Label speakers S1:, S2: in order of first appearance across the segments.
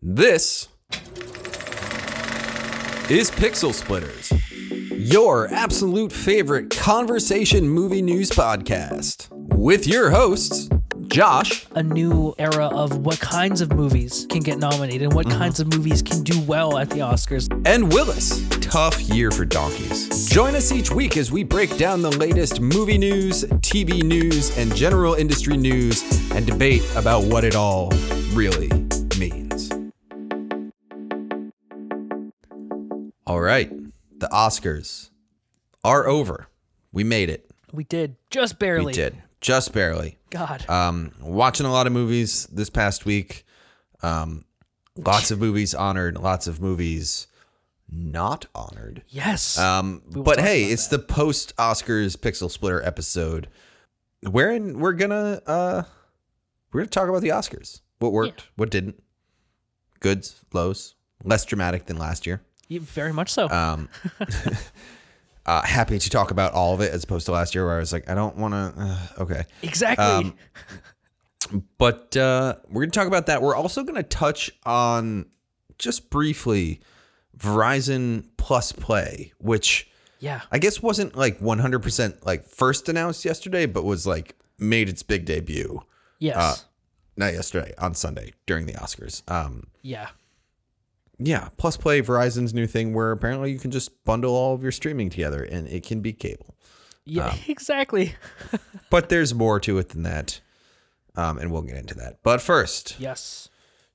S1: This is Pixel Splitters, your absolute favorite conversation movie news podcast with your hosts, Josh
S2: a new era of what kinds of movies can get nominated and what
S3: Mm-hmm.
S2: kinds of movies can do well at the Oscars.
S1: and Willis.
S3: Tough year for donkeys.
S1: Join us each week as we break down the latest movie news, TV news, and general industry news and debate about what it all really means. All right, the Oscars are over. We made it.
S2: We did just barely.
S3: We did. Just barely.
S2: God,
S3: Um, watching a lot of movies this past week. Um, lots of movies honored, lots of movies not honored.
S2: yes.
S3: Um, but hey, it's the post Oscars Pixel Splitter episode, wherein we're gonna uh, we're gonna talk about the Oscars. What worked, what didn't, goods, lows, less dramatic than last year.
S2: Yeah, very much so.
S3: Um, uh, happy to talk about all of it as opposed to last year where I was like, I don't want to. Uh, okay,
S2: exactly.
S3: um, but uh, we're gonna talk about that. We're also gonna touch on just briefly Verizon Plus Play, which.
S2: yeah.
S3: I guess wasn't like 100% like first announced yesterday, but was like made its big debut
S2: Yes.
S3: uh, not yesterday on Sunday during the Oscars. Um,
S2: yeah.
S3: yeah, Plus Play Verizon's new thing where apparently you can just bundle all of your streaming together and it can be cable.
S2: Yeah.
S3: uh.
S2: exactly.
S3: But there's more to it than that, um, and we'll get into that. But first,
S2: Yes.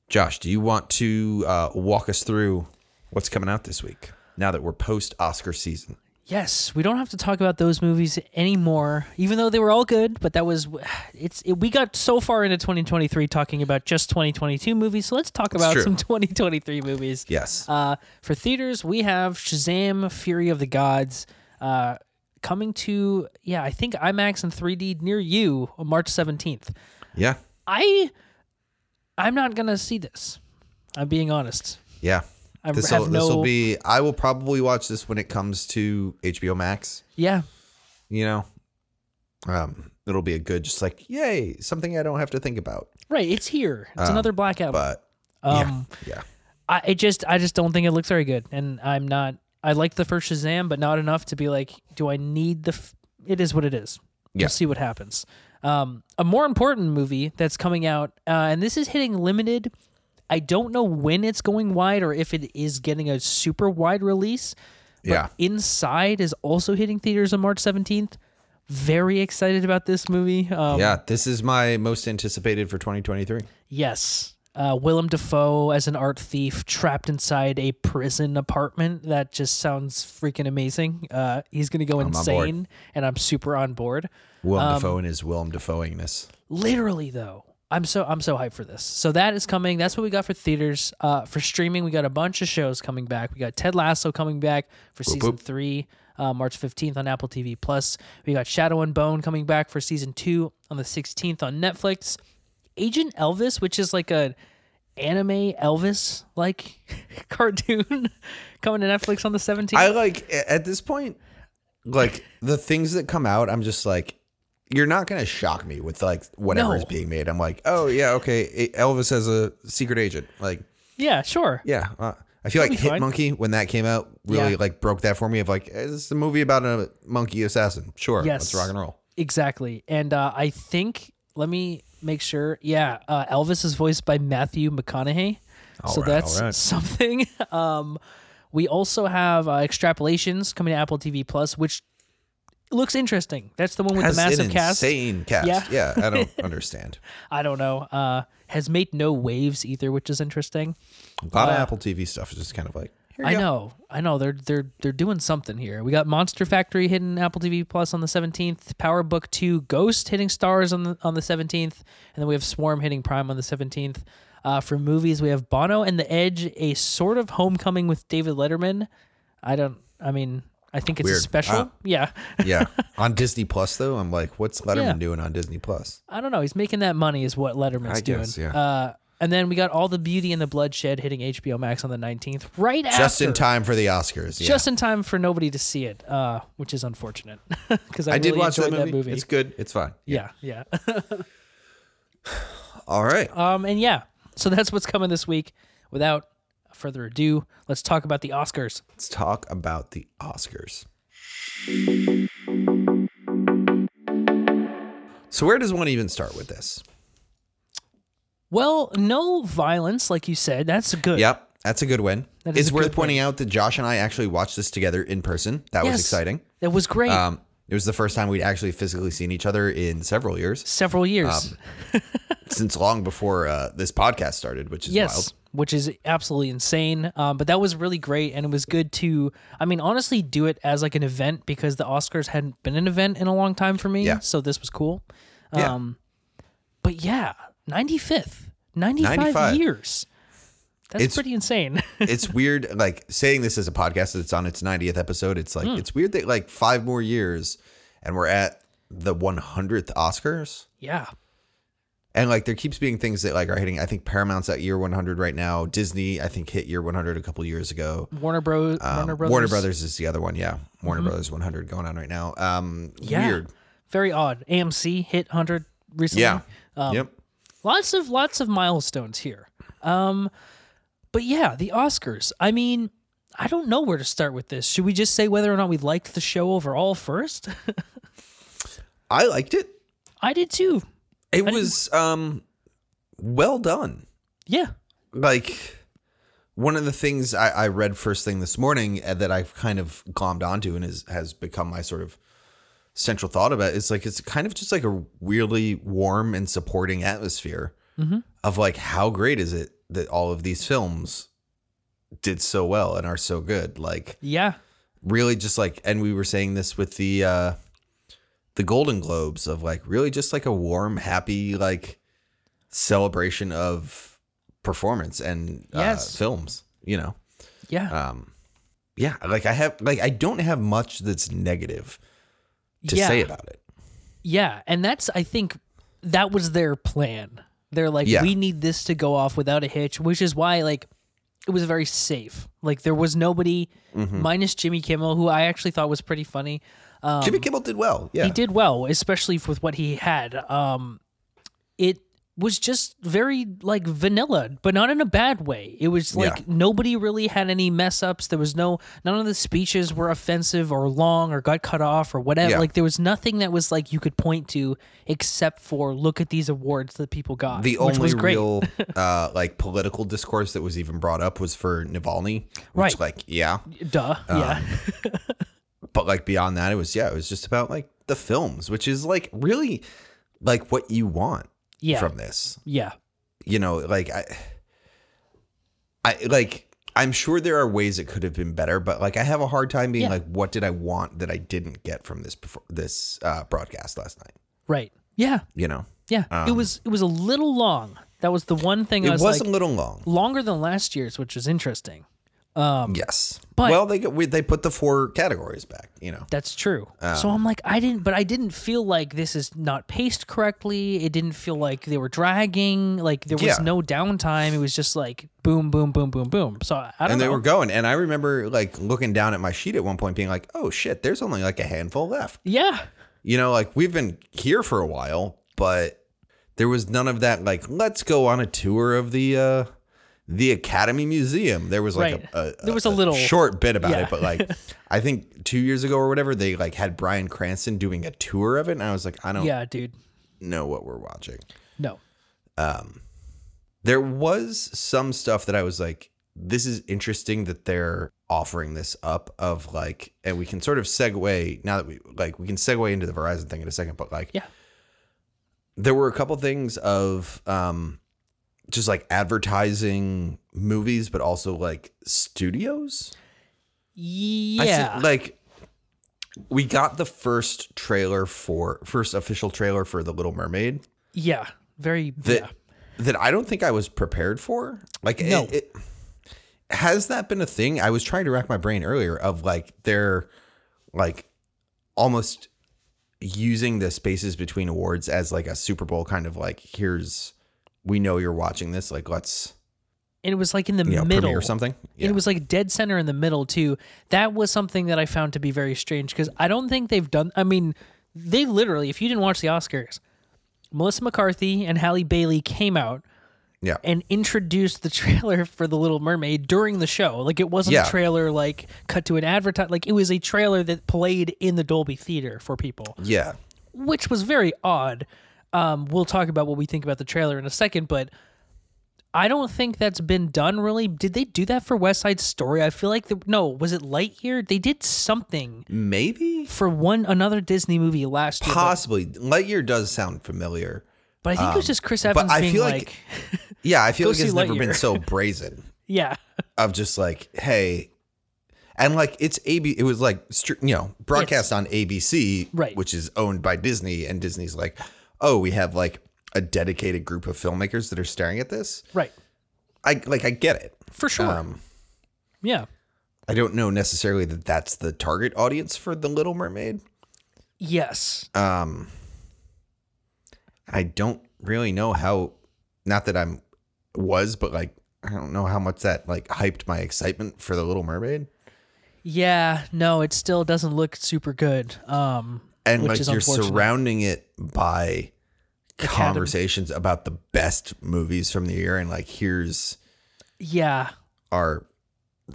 S3: Josh, do you want to uh, walk us through what's coming out this week? Now that we're post Oscar season,
S2: Yes. We don't have to talk about those movies anymore, even though they were all good. But that was, it's. It, we got so far into 2023 talking about just 2022 movies. So let's talk about
S3: true.
S2: some 2023 movies.
S3: yes,
S2: Uh, for theaters, we have Shazam: Fury of the Gods uh, coming to yeah, I think IMAX and 3D near you on March 17th.
S3: yeah,
S2: I I'm not gonna see this. I'm being honest.
S3: yeah.
S2: I
S3: This
S2: have
S3: will
S2: no.
S3: be. I will probably watch this when it comes to HBO Max.
S2: yeah,
S3: You know, um, it'll be a good, just like yay, something I don't have to think about.
S2: right. It's here. It's another blackout.
S3: Uh, But
S2: um,
S3: yeah,
S2: I it just I just don't think it looks very good, and I'm not. I liked the first Shazam, but not enough to be like, do I need the? F-? It is what it is. We'll
S3: Yeah.
S2: see what happens. Um, a more important movie that's coming out, uh, and this is hitting limited. I don't know when it's going wide or if it is getting a super wide release. But
S3: Yeah.
S2: Inside is also hitting theaters on March 17th. Very excited about this movie. Um,
S3: yeah. This is my most anticipated for 2023.
S2: Yes. Uh, Willem Dafoe as an art thief trapped inside a prison apartment. That just sounds freaking amazing. Uh, he's going to go
S3: board.
S2: insane, and I'm super on board. um,
S3: Willem Dafoe and his Willem Dafoeingness.
S2: Literally, though, I'm so I'm so hyped for this. So that is coming. That's what we got for theaters. Uh, for streaming, we got a bunch of shows coming back. We got Ted Lasso coming back for season three, uh, March 15th on Apple TV Plus. We got Shadow and Bone coming back for season two on the 16th on Netflix. Agent Elvis, which is like a anime Elvis like cartoon coming to Netflix on the 17th.
S3: I like a- at this point, like the things that come out. I'm just like, you're not gonna shock me with like whatever
S2: No.
S3: is being made. I'm like, oh yeah, okay. Elvis has a secret agent. Like.
S2: yeah, sure.
S3: Yeah, uh, I feel like
S2: be
S3: Hit
S2: fine.
S3: Monkey when that came out really
S2: Yeah.
S3: like broke that for me. Of like, eh, this is a movie about a monkey assassin. Sure,
S2: Yes.
S3: let's rock and roll.
S2: Exactly. And uh, I think, let me make sure. Yeah, uh, Elvis is voiced by Matthew McConaughey. so
S3: right,
S2: that's
S3: all right.
S2: something. um, we also have uh, extrapolations coming to Apple TV Plus, which looks interesting. That's the one with
S3: Has
S2: the
S3: an
S2: massive cast.
S3: insane cast.
S2: Yeah.
S3: Yeah, I don't understand.
S2: I don't know. Uh, has made no waves either, which is interesting.
S3: A lot of Apple TV stuff is just kind of like. Here you
S2: Uh, I
S3: go.
S2: know, I know. They're they're they're doing something here. We got Monster Factory hitting Apple TV Plus on the seventeenth. Power Book Two Ghost hitting Stars on the on the seventeenth, and then we have Swarm hitting Prime on the seventeenth. Uh, for movies, we have Bono and The Edge, a sort of homecoming with David Letterman. I don't. I mean, I think it's a
S3: Weird.
S2: special.
S3: Uh,
S2: yeah,
S3: yeah, on Disney Plus though, I'm like, what's Letterman
S2: Yeah.
S3: doing on Disney Plus?
S2: I don't know. He's making that money, is what Letterman's
S3: I guess,
S2: doing.
S3: yeah.
S2: Uh, and then we got all the beauty and the bloodshed hitting HBO Max on the nineteenth, right after
S3: Just in time for the Oscars. Yeah.
S2: just in time for nobody to see it, uh, which is unfortunate because I,
S3: I
S2: really
S3: did watch that
S2: enjoyed
S3: movie. It's good. It's fine.
S2: yeah, yeah.
S3: All right.
S2: um, and yeah, so that's what's coming this week. without further ado, let's talk about the Oscars.
S3: Let's talk about the Oscars. So, where does one even start with this?
S2: Well, no violence, like you said. That's good.
S3: Yep, that's a good win.
S2: That is
S3: It's
S2: a
S3: worth
S2: good
S3: pointing out that Josh and I actually watched this together in person. That was
S2: Yes.
S3: exciting.
S2: That was great.
S3: Um, it was the first time we'd actually physically seen each other in several years,
S2: Several years.
S3: um, since long before uh, this podcast started, which is
S2: yes.
S3: wild.
S2: Which is absolutely insane, um, but that was really great, and it was good to, I mean, honestly, do it as like an event because the Oscars hadn't been an event in a long time for me,
S3: Yeah.
S2: so this was cool.
S3: Yeah.
S2: Um, but yeah, ninety fifth, ninety five
S3: 95.
S2: years. That's
S3: It's-
S2: pretty insane.
S3: it's weird like saying this as a podcast that's on its 90th episode it's like
S2: Hmm.
S3: it's weird that like five more years and we're at the 100th oscars
S2: yeah,
S3: and like there keeps being things that like are hitting i think paramount's at year 100 right now disney i think hit year 100 a couple years ago
S2: Warner Bros.
S3: um,
S2: Warner Brothers. Mm-hmm.
S3: is the other one yeah warner brothers 100 going on right now um
S2: Yeah.
S3: weird
S2: Very odd. AMC hit hundred recently.
S3: yeah
S2: Um,
S3: yep
S2: lots of lots of milestones here um but yeah the oscars i mean i don't know where to start with this should we just say whether or not we liked the show overall first
S3: i liked it
S2: i did too
S3: it was um well done
S2: yeah
S3: like one of the things I, I read first thing this morning uh, that I've kind of glommed onto and is, has become my sort of central thought about is like it's kind of just like a really warm and supporting atmosphere
S2: Mhm.
S3: of like how great is it that all of these films did so well and are so good like
S2: yeah
S3: really just like and we were saying this with the uh the golden globes of like really just like a warm happy like celebration of performance and
S2: Yes.
S3: uh, films you know
S2: yeah
S3: um yeah like i have like i don't have much that's negative to
S2: yeah
S3: say about it
S2: yeah and that's i think that was their plan they're like
S3: Yeah.
S2: we need this to go off without a hitch which is why like it was very safe like there was nobody minus jimmy kimmel who i actually thought was pretty funny um,
S3: jimmy kimmel did well yeah
S2: he did well, especially with what he had. Um, it was just very like vanilla, but not in a bad way. It was
S3: Yeah.
S2: like nobody really had any mess ups. There was no none of the speeches were offensive or long or got cut off or whatever.
S3: Yeah.
S2: Like there was nothing that was like you could point to except for look at these awards that people got.
S3: the
S2: which
S3: only
S2: was great.
S3: real uh like political discourse that was even brought up was for Navalny which
S2: Right.
S3: like yeah
S2: duh,
S3: um,
S2: yeah,
S3: but like beyond that it was yeah it was just about like the films which is like really like what you want
S2: yeah,
S3: from this
S2: yeah,
S3: you know like i i like i'm sure there are ways it could have been better but like i have a hard time being
S2: Yeah.
S3: like what did i want that i didn't get from this before this uh broadcast last night
S2: right, yeah,
S3: you know
S2: yeah. it
S3: Um,
S2: was it was a little long. That was the one thing I
S3: it
S2: was,
S3: was
S2: like
S3: a little long
S2: longer than last year's, which was interesting. Um,
S3: yes
S2: but-
S3: well they we, they put the four categories back you know
S2: That's true.
S3: Um,
S2: so I'm like, I didn't, but I didn't feel like this is not paced correctly. It didn't feel like they were dragging. Like there was
S3: Yeah.
S2: no downtime. It was just like boom, boom, boom, boom, boom. So I, I don't
S3: and they
S2: know.
S3: were going and i remember like looking down at my sheet at one point being like oh shit there's only like a handful left
S2: yeah,
S3: you know like we've been here for a while but there was none of that like let's go on a tour of the uh the academy museum there was like
S2: Right.
S3: a, a
S2: There was a little-
S3: short bit about
S2: yeah.
S3: it but like i think two years ago or whatever they like had brian cranston doing a tour of it and i was like i don't
S2: yeah, dude.
S3: know what we're watching
S2: No.
S3: there was some stuff that i was like this is interesting that they're offering this up of like and we can sort of segue now that we like we can segue into the verizon thing in a second but like
S2: Yeah.
S3: there were a couple things of um just like advertising movies but also like studios I see-
S2: Yeah.
S3: like we got the first trailer for first official trailer for the little mermaid
S2: yeah. Very.
S3: that
S2: yeah.
S3: that I don't think I was prepared for. Like,
S2: No.
S3: it, it, has that been a thing? I was trying to rack my brain earlier of like they're like almost using the spaces between awards as like a Super Bowl kind of like here's we know you're watching this like let's
S2: And it was like in the
S3: you know
S2: middle
S3: premiere something.
S2: And it was like dead center in the middle too. That was something that I found to be very strange because I don't think they've done. I mean, they literally, if you didn't watch the Oscars, Melissa McCarthy and Halle Bailey came out
S3: Yeah.
S2: and introduced the trailer for The Little Mermaid during the show. Like it wasn't
S3: Yeah.
S2: a trailer like cut to an advertise. Like it was a trailer that played in the Dolby Theater for people,
S3: Yeah.
S2: which was very odd. Um, we'll talk about what we think about the trailer in a second, but I don't think that's been done really. Did they do that for West Side Story? I feel like the, no. Was it Lightyear? They did something
S3: Maybe?
S2: for one another Disney movie last year, but,
S3: Possibly. Lightyear does sound familiar.
S2: but I think it was just Chris Evans
S3: um, I
S2: being
S3: feel
S2: like,
S3: like- Yeah, I feel
S2: Go
S3: like it's
S2: see
S3: never been
S2: Lightyear.
S3: so brazen
S2: yeah,
S3: of just like, hey, and like it's AB, it was like, str- you know, broadcast on ABC,
S2: Right.
S3: which is owned by Disney. And Disney's like, oh, we have like a dedicated group of filmmakers that are staring at this.
S2: right,
S3: I like, I get it.
S2: for sure,
S3: Um,
S2: yeah.
S3: I don't know necessarily that that's the target audience for The Little Mermaid.
S2: Yes.
S3: Um, I don't really know how. Not that I'm was, but like I don't know how much that like hyped my excitement for The Little Mermaid.
S2: Yeah. No, it still doesn't look super good. Um,
S3: And
S2: which
S3: like
S2: is
S3: you're
S2: unfortunate.
S3: surrounding it by
S2: Academy.
S3: conversations about the best movies from the year, and like here's
S2: yeah.
S3: our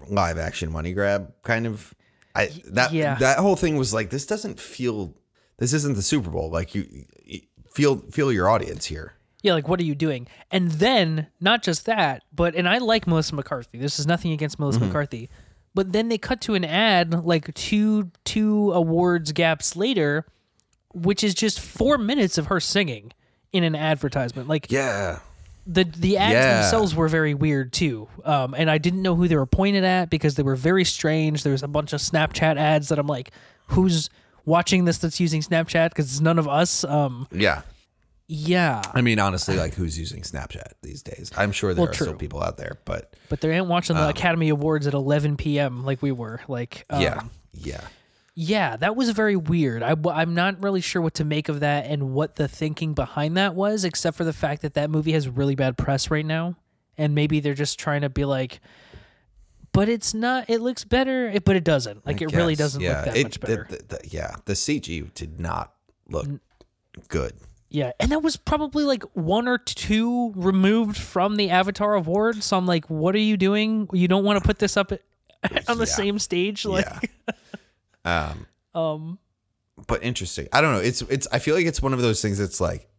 S3: live action money grab kind of. I that
S2: yeah.
S3: that whole thing was like this doesn't feel this isn't the Super Bowl like you, you feel feel your audience here.
S2: Yeah. Like, what are you doing? And then not just that, but and I like Melissa McCarthy. This is nothing against Melissa McCarthy, but then they cut to an ad like two two awards gaps later, which is just four minutes of her singing in an advertisement. Like
S3: Yeah.
S2: the the ads
S3: Yeah.
S2: themselves were very weird too, um, and I didn't know who they were pointed at because they were very strange. There was a bunch of Snapchat ads that I'm like, who's watching this that's using Snapchat? Because it's none of us. Um,
S3: Yeah.
S2: yeah,
S3: I mean, honestly, like who's using Snapchat these days? I'm sure there
S2: Well,
S3: are
S2: true.
S3: still people out there, but
S2: but they ain't watching
S3: Um,
S2: the Academy Awards at 11 p.m. like we were. Like, um,
S3: yeah, yeah,
S2: yeah, that was very weird. I, am not really sure what to make of that and what the thinking behind that was, except for the fact that that movie has really bad press right now, and maybe they're just trying to be like. But it's not. It looks better, it, but it doesn't. Like it really
S3: Yes,
S2: doesn't
S3: yeah.
S2: look that
S3: It-
S2: much
S3: the-
S2: better.
S3: the- the- yeah, the CG did not look good.
S2: yeah, and that was probably like one or two removed from the Avatar Award. So I'm like, what are you doing? You don't want to put this up at, on the
S3: Yeah.
S2: same stage, like.
S3: yeah, um,
S2: Um,
S3: but interesting. I don't know. It's it's. I feel like it's one of those things that's like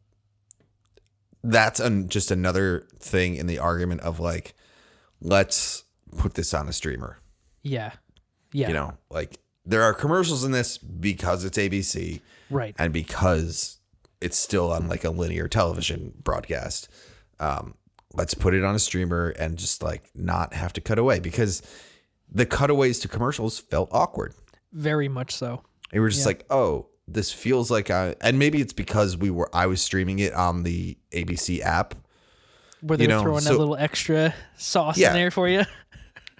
S3: that's an, just another thing in the argument of like let's put this on a streamer.
S2: yeah, yeah,
S3: You know, like there are commercials in this because it's ABC.
S2: right.
S3: and because it's still on like a linear television broadcast um, let's put it on a streamer and just like not have to cut away because the cutaways to commercials felt awkward
S2: Very much so.
S3: and we were just like oh this feels like I, and maybe it's because we were i was streaming it on the abc app
S2: where they
S3: You
S2: were
S3: know,
S2: throwing
S3: so-
S2: that little extra sauce
S3: Yeah.
S2: in there for you.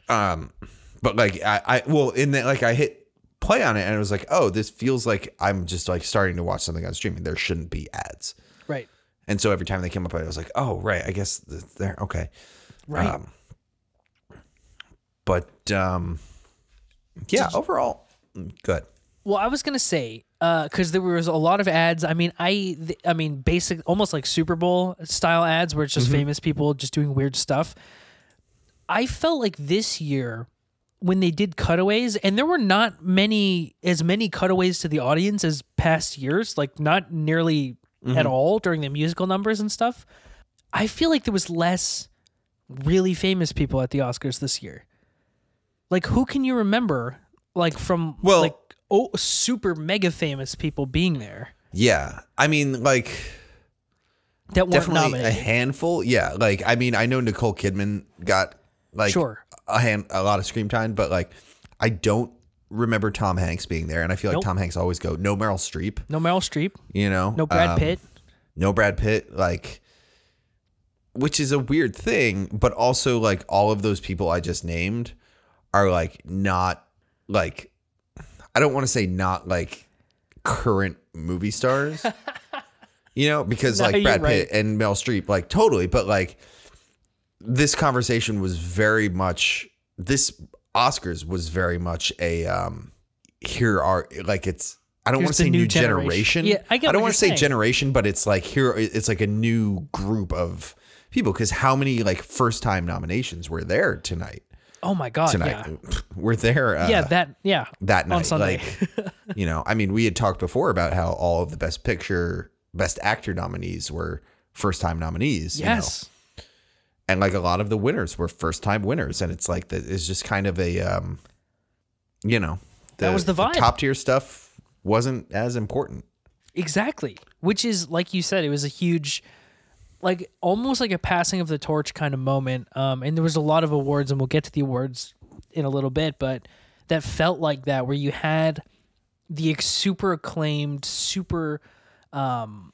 S3: um but like i, I well in that like i hit play on it and it was like oh this feels like i'm just like starting to watch something on streaming there shouldn't be ads
S2: Right.
S3: And so every time they came up, I was like, oh, right, I guess th- they're okay.
S2: Right.
S3: Um, but um, yeah, overall, mm, good.
S2: well, I was gonna say because there was a lot of ads. I mean, I th- I mean, basic, almost like Super Bowl style ads where it's
S3: Mm-hmm.
S2: just famous people just doing weird stuff. I felt like this year when they did cutaways and there were not many as many cutaways to the audience as past years like not nearly
S3: Mm-hmm.
S2: at all during the musical numbers and stuff i feel like there was less really famous people at the oscars this year like who can you remember like from
S3: Well-
S2: like oh super mega famous people being there
S3: Yeah. I mean, like,
S2: that weren't
S3: definitely a
S2: nominated
S3: handful. Yeah. Like, I mean, I know Nicole Kidman got like
S2: Sure.
S3: a, hand, a lot of screen time, but like, I don't remember Tom Hanks being there. And I feel like
S2: Nope.
S3: Tom Hanks always go, no Meryl Streep,
S2: no meryl streep
S3: you know?
S2: no brad
S3: Um,
S2: pitt
S3: no Brad Pitt, like which is a weird thing, but also like all of those people I just named are like not like I don't want to say not like current movie stars. you know, because
S2: No,
S3: like Brad
S2: you're
S3: Pitt
S2: right.
S3: and Mel Streep like totally, but like this conversation was very much this Oscars was very much a um here are like it's I don't
S2: Here's
S3: want to
S2: the
S3: say
S2: new
S3: new generation.
S2: generation. Yeah, I get
S3: don't
S2: what
S3: wanna
S2: you're
S3: say
S2: saying.
S3: generation, but it's like here it's like a new group of people because how many like first time nominations were there tonight?
S2: Oh my god!
S3: Tonight were there.
S2: Yeah.
S3: Uh,
S2: yeah, that yeah
S3: that night.
S2: on Sunday.
S3: Like, you know, I mean, we had talked before about how all of the best picture, best actor nominees were first time nominees. you know?
S2: yes,
S3: And like a lot of the winners were first time winners. And it's like, that is just kind of a, um, you know,
S2: That was the vibe.
S3: top tier stuff wasn't as important.
S2: exactly. Which is like you said, it was a huge, like almost like a passing of the torch kind of moment. Um, and there was a lot of awards, and we'll get to the awards in a little bit, but that felt like that where you had the ex- super acclaimed, super um,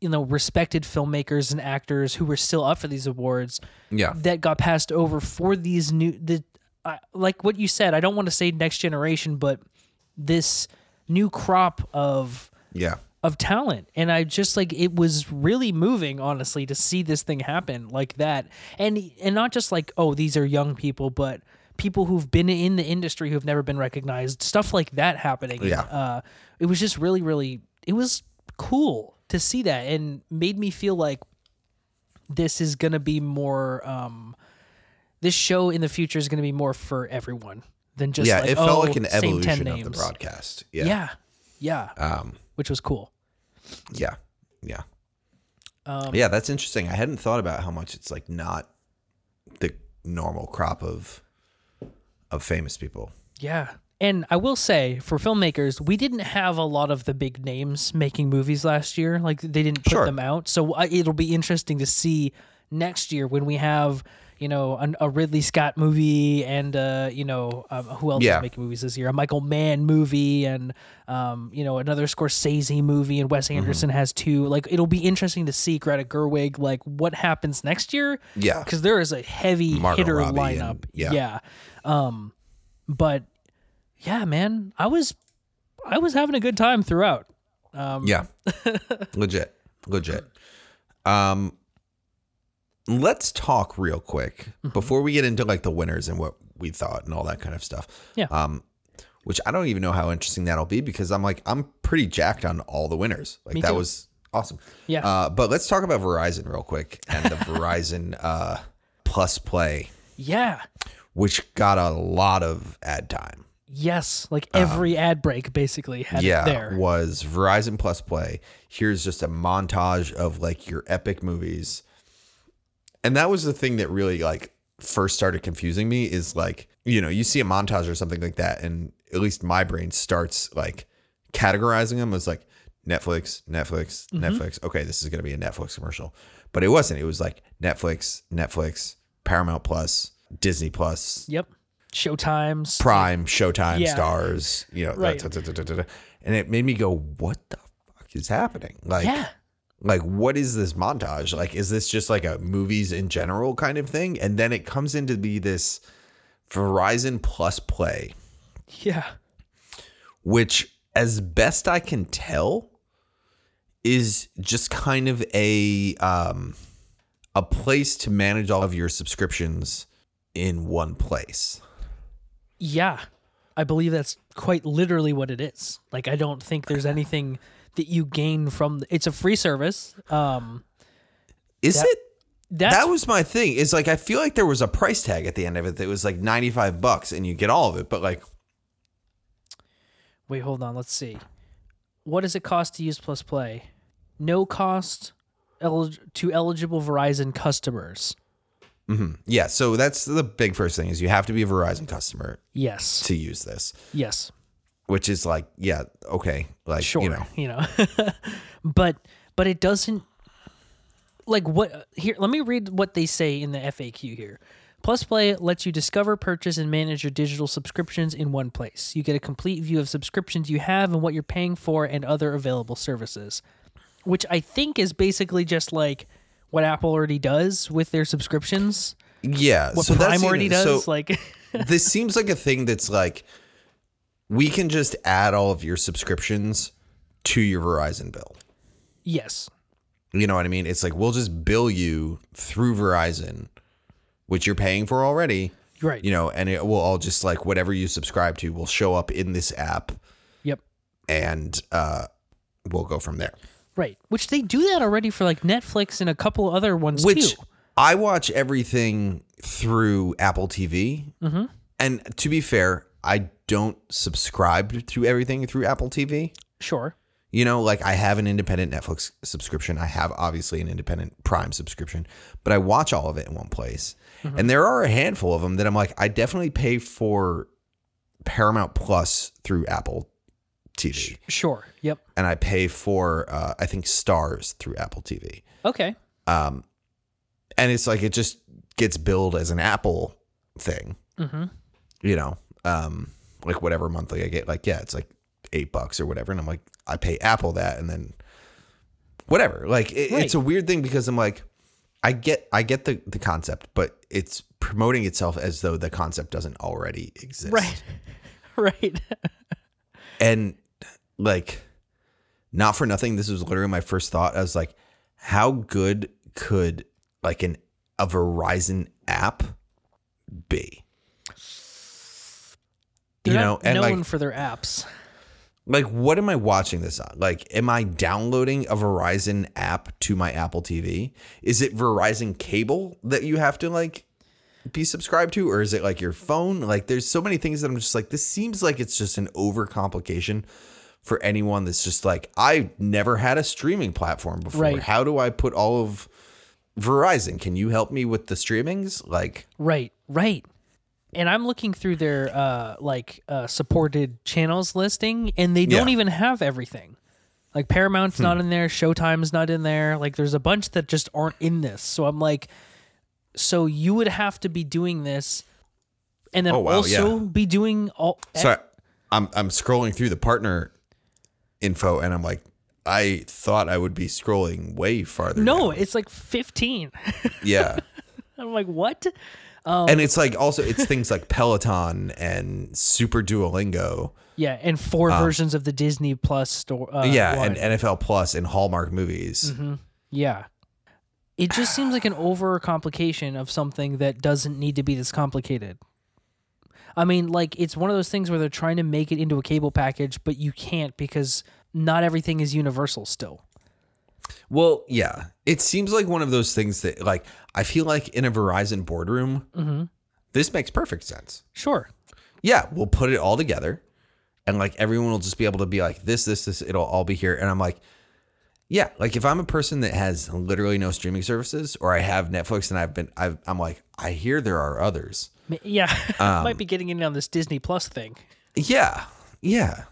S2: you know, respected filmmakers and actors who were still up for these awards
S3: Yeah.
S2: that got passed over for these new the I like what you said. I don't want to say next generation, but this new crop of
S3: Yeah.
S2: of talent, and I just like it was really moving, honestly, to see this thing happen like that, and and not just like oh these are young people, but people who've been in the industry who've never been recognized, stuff like that happening.
S3: Yeah.
S2: uh, it was just really, really, it was cool to see that, and made me feel like this is gonna be more um this show in the future is gonna be more for everyone than just
S3: yeah.
S2: like,
S3: it felt
S2: oh,
S3: like an
S2: same 10
S3: evolution of
S2: names.
S3: the broadcast. Yeah.
S2: yeah yeah
S3: Um,
S2: which was cool
S3: yeah. Yeah.
S2: um
S3: Yeah, that's interesting. I hadn't thought about how much it's like not the normal crop of of famous people.
S2: yeah and i will say for filmmakers we didn't have a lot of the big names making movies last year like they didn't put
S3: Sure.
S2: them out so I, it'll be interesting to see next year when we have you know an, a ridley scott movie and uh you know um, who else
S3: Yeah.
S2: is making movies this year a michael mann movie and um you know another scorsese movie and
S3: Mm-hmm.
S2: wes anderson has two like it'll be interesting to see greta gerwig like what happens next year
S3: Yeah.
S2: because there is a heavy
S3: Margot
S2: hitter
S3: Robbie and-
S2: lineup.
S3: yeah.
S2: yeah. Um, but yeah, man, I was I was having a good time throughout. Um,
S3: Yeah. legit. Legit. Um let's talk real quick
S2: Mm-hmm.
S3: before we get into like the winners and what we thought and all that kind of stuff.
S2: Yeah.
S3: Um which I don't even know how interesting that'll be because I'm like I'm pretty jacked on all the winners. Like
S2: Me
S3: that
S2: too.
S3: was awesome.
S2: yeah.
S3: Uh but let's talk about Verizon real quick and the Verizon uh plus play
S2: yeah.
S3: which got a lot of ad time.
S2: Yes. Like every ad break basically had
S3: Uh, yeah,
S2: it there.
S3: was Verizon Plus Play. Here's just a montage of like your epic movies. And that was the thing that really like first started confusing me is like, you know, you see a montage or something like that and at least my brain starts like categorizing them as like Netflix, Netflix, Netflix. Okay, this is going to be a Netflix commercial. But it wasn't. It was like Netflix, Netflix, Paramount Plus, Disney Plus,
S2: Yep. Showtimes.
S3: prime showtime
S2: Yeah.
S3: stars you know
S2: Right.
S3: da- da- da- da- da- da. and it made me go what the fuck is happening like
S2: yeah.
S3: like what is this montage like is this just like a movies in general kind of thing and then it comes into be this verizon plus play
S2: Yeah.
S3: which as best i can tell is just kind of a um a place to manage all of your subscriptions in one place
S2: Yeah. I believe that's quite literally what it is. Like I don't think there's anything that you gain from it's a free service. Um
S3: is
S2: That-
S3: it
S2: that's
S3: that was my thing. Is like I feel like there was a price tag at the end of it that was like ninety five bucks and you get all of it, but like
S2: Wait, hold on. Let's see. What does it cost to use Plus Play? No cost el- to eligible Verizon customers.
S3: yeah, so that's the big first thing is you have to be a Verizon customer
S2: Yes.
S3: to use this,
S2: Yes.
S3: which is like yeah okay like
S2: Sure.
S3: you know
S2: but but it doesn't like what here let me read what they say in the FAQ here. Plus Play lets you discover, purchase, and manage your digital subscriptions in one place. You get a complete view of subscriptions you have and what you're paying for and other available services. Which I think is basically just like what Apple already does with their subscriptions.
S3: yeah
S2: What
S3: so
S2: Prime
S3: that's the-
S2: already does.
S3: so
S2: like
S3: this seems like a thing that's like we can just add all of your subscriptions to your Verizon bill.
S2: Yes.
S3: You know what I mean? It's like we'll just bill you through Verizon, which you're paying for already.
S2: You're right.
S3: you know, and it will all just like whatever you subscribe to will show up in this app
S2: Yep.
S3: and uh we'll go from there.
S2: Right. Which they do that already for like Netflix and a couple other ones
S3: Which
S2: too.
S3: I watch everything through Apple TV.
S2: Mm-hmm.
S3: And to be fair, I don't subscribe to everything through Apple TV.
S2: Sure.
S3: You know, like I have an independent Netflix subscription. I have obviously an independent Prime subscription, but I watch all of it in one place.
S2: Mhm.
S3: And there are a handful of them that I'm like, I definitely pay for Paramount Plus through Apple TV,
S2: Sh- sure. Yep.
S3: and I pay for uh, I think Stars through Apple TV.
S2: Okay.
S3: Um, and it's like it just gets billed as an Apple thing,
S2: Mm-hmm.
S3: you know, um, like whatever monthly I get, like, yeah, it's like eight bucks or whatever. And I'm like, I pay Apple that and then whatever. Like it,
S2: Right.
S3: it's a weird thing because I'm like, I get I get the, the concept, but it's promoting itself as though the concept doesn't already exist.
S2: Right. right.
S3: And like not for nothing, this was literally my first thought. I was like, how good could like an a Verizon app be? You
S2: They're
S3: know,
S2: not
S3: and
S2: known
S3: like
S2: for their apps.
S3: Like, what am I watching this on? Like, am I downloading a Verizon app to my Apple TV? Is it Verizon cable that you have to like be subscribed to, or is it like your phone? Like, there's so many things that I'm just like, this seems like it's just an overcomplication for anyone that's just like, I never had a streaming platform before.
S2: Right.
S3: How do I put all of Verizon? Can you help me with the streamings? Like,
S2: Right. Right. And I'm looking through their uh like uh supported channels listing and they don't
S3: Yeah. Hmm.
S2: even have everything. Like Paramount's not in there, Showtime's not in there. Like there's a bunch that just aren't in this. So I'm like so you would have to be doing this and then
S3: Oh, wow,
S2: also
S3: yeah.
S2: be doing all e-,
S3: Sorry, I'm I'm scrolling through the partner info, and I'm like, I thought I would be scrolling way farther.
S2: No,
S3: down.
S2: it's like 15.
S3: yeah,
S2: I'm like, "What?" Oh.
S3: and it's like also it's things like Peloton and Super Duolingo,
S2: Yeah, and four versions of the Disney Plus store. Uh,
S3: Um,
S2: Mm-hmm.
S3: yeah,
S2: line.
S3: and NFL Plus and Hallmark movies.
S2: yeah. It just seems like an overcomplication of something that doesn't need to be this complicated. I mean, like it's one of those things where they're trying to make it into a cable package, but you can't because not everything is universal still.
S3: Well, yeah, it seems like one of those things that like I feel like in a Verizon boardroom,
S2: Mm-hmm.
S3: this makes perfect sense.
S2: Sure.
S3: yeah, we'll put it all together and like everyone will just be able to be like this, this, this, it'll all be here. And I'm like, yeah, like if I'm a person that has literally no streaming services or I have Netflix and I've been, I've, I'm like, I hear there are others. Um,
S2: M- Yeah. Might be getting in on this Disney Plus thing.
S3: Yeah. Yeah.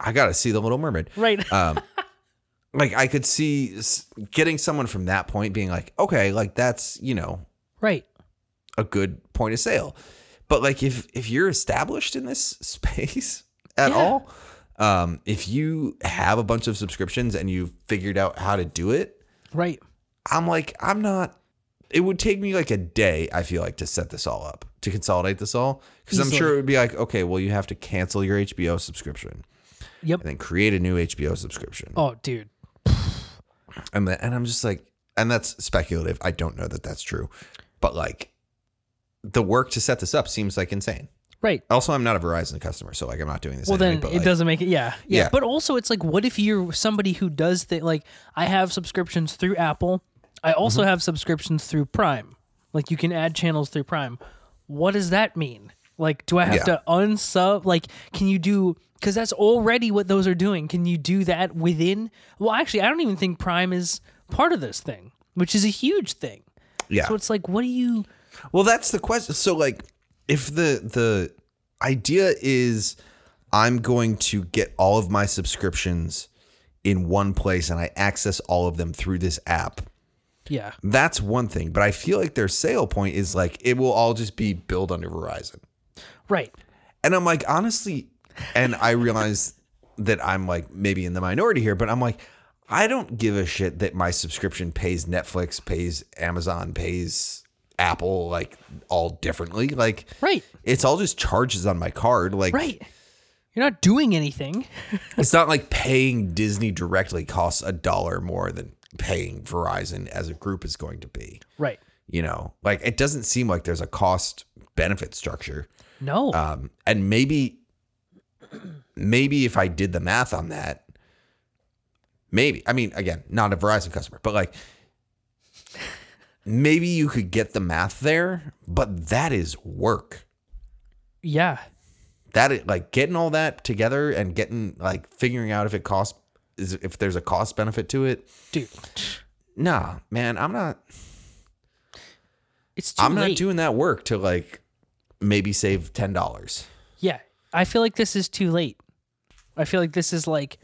S3: I got to see The Little Mermaid.
S2: Right.
S3: Um, like I could see s- getting someone from that point being like, okay, like that's, you know,
S2: right.
S3: a good point of sale. But like if if you're established in this space at
S2: Yeah.
S3: all, um, if you have a bunch of subscriptions and you've figured out how to do it,
S2: Right.
S3: I'm like, I'm not it would take me like a day, I feel like, to set this all up, to consolidate this all. Because I'm
S2: Easily.
S3: sure it would be like, okay, well, you have to cancel your HBO subscription
S2: Yep.
S3: and then create a new HBO subscription.
S2: Oh, dude.
S3: And, the, and I'm just like, and that's speculative. I don't know that that's true. But like, the work to set this up seems like insane.
S2: Right.
S3: Also, I'm not a Verizon customer, so like I'm not doing this.
S2: Well,
S3: anyway,
S2: then
S3: but,
S2: it
S3: like,
S2: doesn't make it. Yeah, yeah.
S3: Yeah.
S2: But also, it's like, what if you're somebody who does things like I have subscriptions through Apple. I also
S3: Mm-hmm.
S2: have subscriptions through Prime. Like you can add channels through Prime. What does that mean? Like, do I have
S3: Yeah.
S2: to unsub? Like, can you do? Because that's already what those are doing. Can you do that within? Well, actually, I don't even think Prime is part of this thing, which is a huge thing.
S3: Yeah.
S2: So it's like, what do you?
S3: well, that's the question. So like, if the the idea is I'm going to get all of my subscriptions in one place and I access all of them through this app,
S2: Yeah.
S3: that's one thing. But I feel like their sale point is like it will all just be billed under Verizon.
S2: Right.
S3: And I'm like, honestly, and I realize that I'm like maybe in the minority here, but I'm like, I don't give a shit that my subscription pays Netflix, pays Amazon, pays Apple, like all differently. Like,
S2: Right.
S3: it's all just charges on my card. Like,
S2: Right. You're not doing anything.
S3: it's not like paying Disney directly costs a dollar more than paying Verizon as a group is going to be.
S2: Right.
S3: You know, like it doesn't seem like there's a cost benefit structure.
S2: No.
S3: Um, and maybe, maybe if I did the math on that, maybe I mean, again, not a Verizon customer, but like, maybe you could get the math there, but that is work.
S2: Yeah.
S3: That is, like getting all that together and getting like figuring out if it costs is if there's a cost benefit to it.
S2: Dude,
S3: Nah, man, I'm not
S2: it's too
S3: I'm
S2: late.
S3: not doing that work to like maybe save ten dollars.
S2: Yeah. I feel like this is too late. I feel like this is like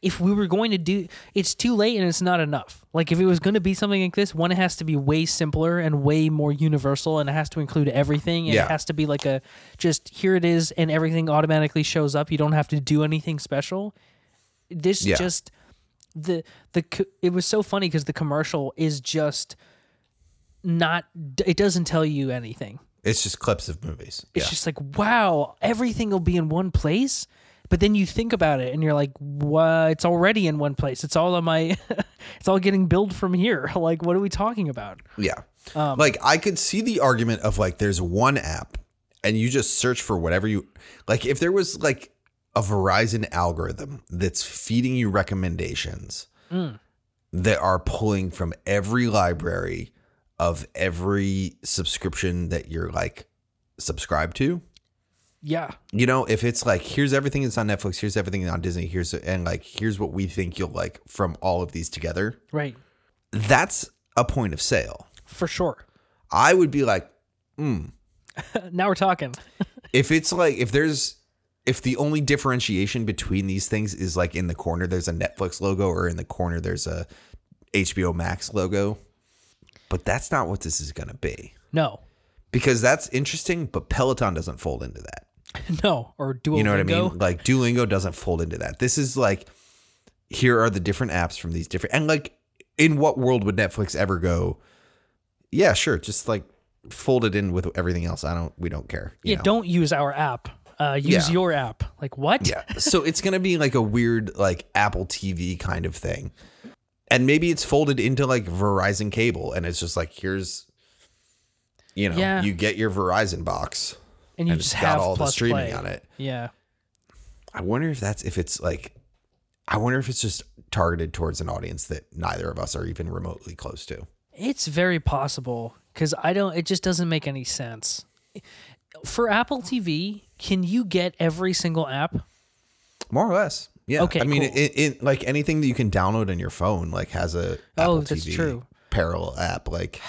S2: if we were going to do it's too late and it's not enough. Like if it was going to be something like this, one it has to be way simpler and way more universal and it has to include everything and
S3: Yeah.
S2: it has to be like a just here it is and everything automatically shows up. You don't have to do anything special. This
S3: Yeah.
S2: just the the co- it was so funny cuz the commercial is just not it doesn't tell you anything.
S3: It's just clips of movies.
S2: It's
S3: yeah.
S2: just like, wow, everything will be in one place. But then you think about it and you're like, what? It's already in one place. It's all on my, it's all getting billed from here. Like, what are we talking about? Um,
S3: Yeah. like I could see the argument of like there's one app and you just search for whatever you like if there was like a Verizon algorithm that's feeding you recommendations
S2: mm,
S3: that are pulling from every library of every subscription that you're like subscribed to.
S2: Yeah.
S3: You know, if it's like here's everything that's on Netflix, here's everything on Disney, here's and like here's what we think you'll like from all of these together.
S2: Right.
S3: That's a point of sale.
S2: For sure.
S3: I would be like
S2: now we're talking.
S3: if it's like if there's if the only differentiation between these things is like in the corner there's a Netflix logo or in the corner there's a HBO Max logo, but that's not what this is going to be
S2: No.
S3: because that's interesting, but Peloton doesn't fold into that.
S2: No. Or Duolingo.
S3: You know what I mean? Like Duolingo doesn't fold into that. This is like here are the different apps from these different and like in what world would Netflix ever go? Yeah, sure, just like fold it in with everything else. I don't we don't care. you
S2: Yeah.
S3: know?
S2: Don't use our app. Uh, use
S3: Yeah.
S2: your app. Like, what?
S3: Yeah. So it's going to be like a weird like Apple TV kind of thing. And maybe it's folded into like Verizon cable and it's just like here's you know,
S2: Yeah.
S3: you get your Verizon box
S2: And you
S3: and
S2: just
S3: it's
S2: have
S3: got all the
S2: Plus
S3: streaming
S2: Play.
S3: on it.
S2: Yeah.
S3: I wonder if that's if it's like I wonder if it's just targeted towards an audience that neither of us are even remotely close to.
S2: It's very possible because I don't. It just doesn't make any sense. For Apple TV, can you get every single app?
S3: More or less. Yeah.
S2: Okay,
S3: I mean,
S2: cool.
S3: it, it, like anything that you can download on your phone, like has a Apple
S2: Oh, that's
S3: TV
S2: true.
S3: parallel app. Like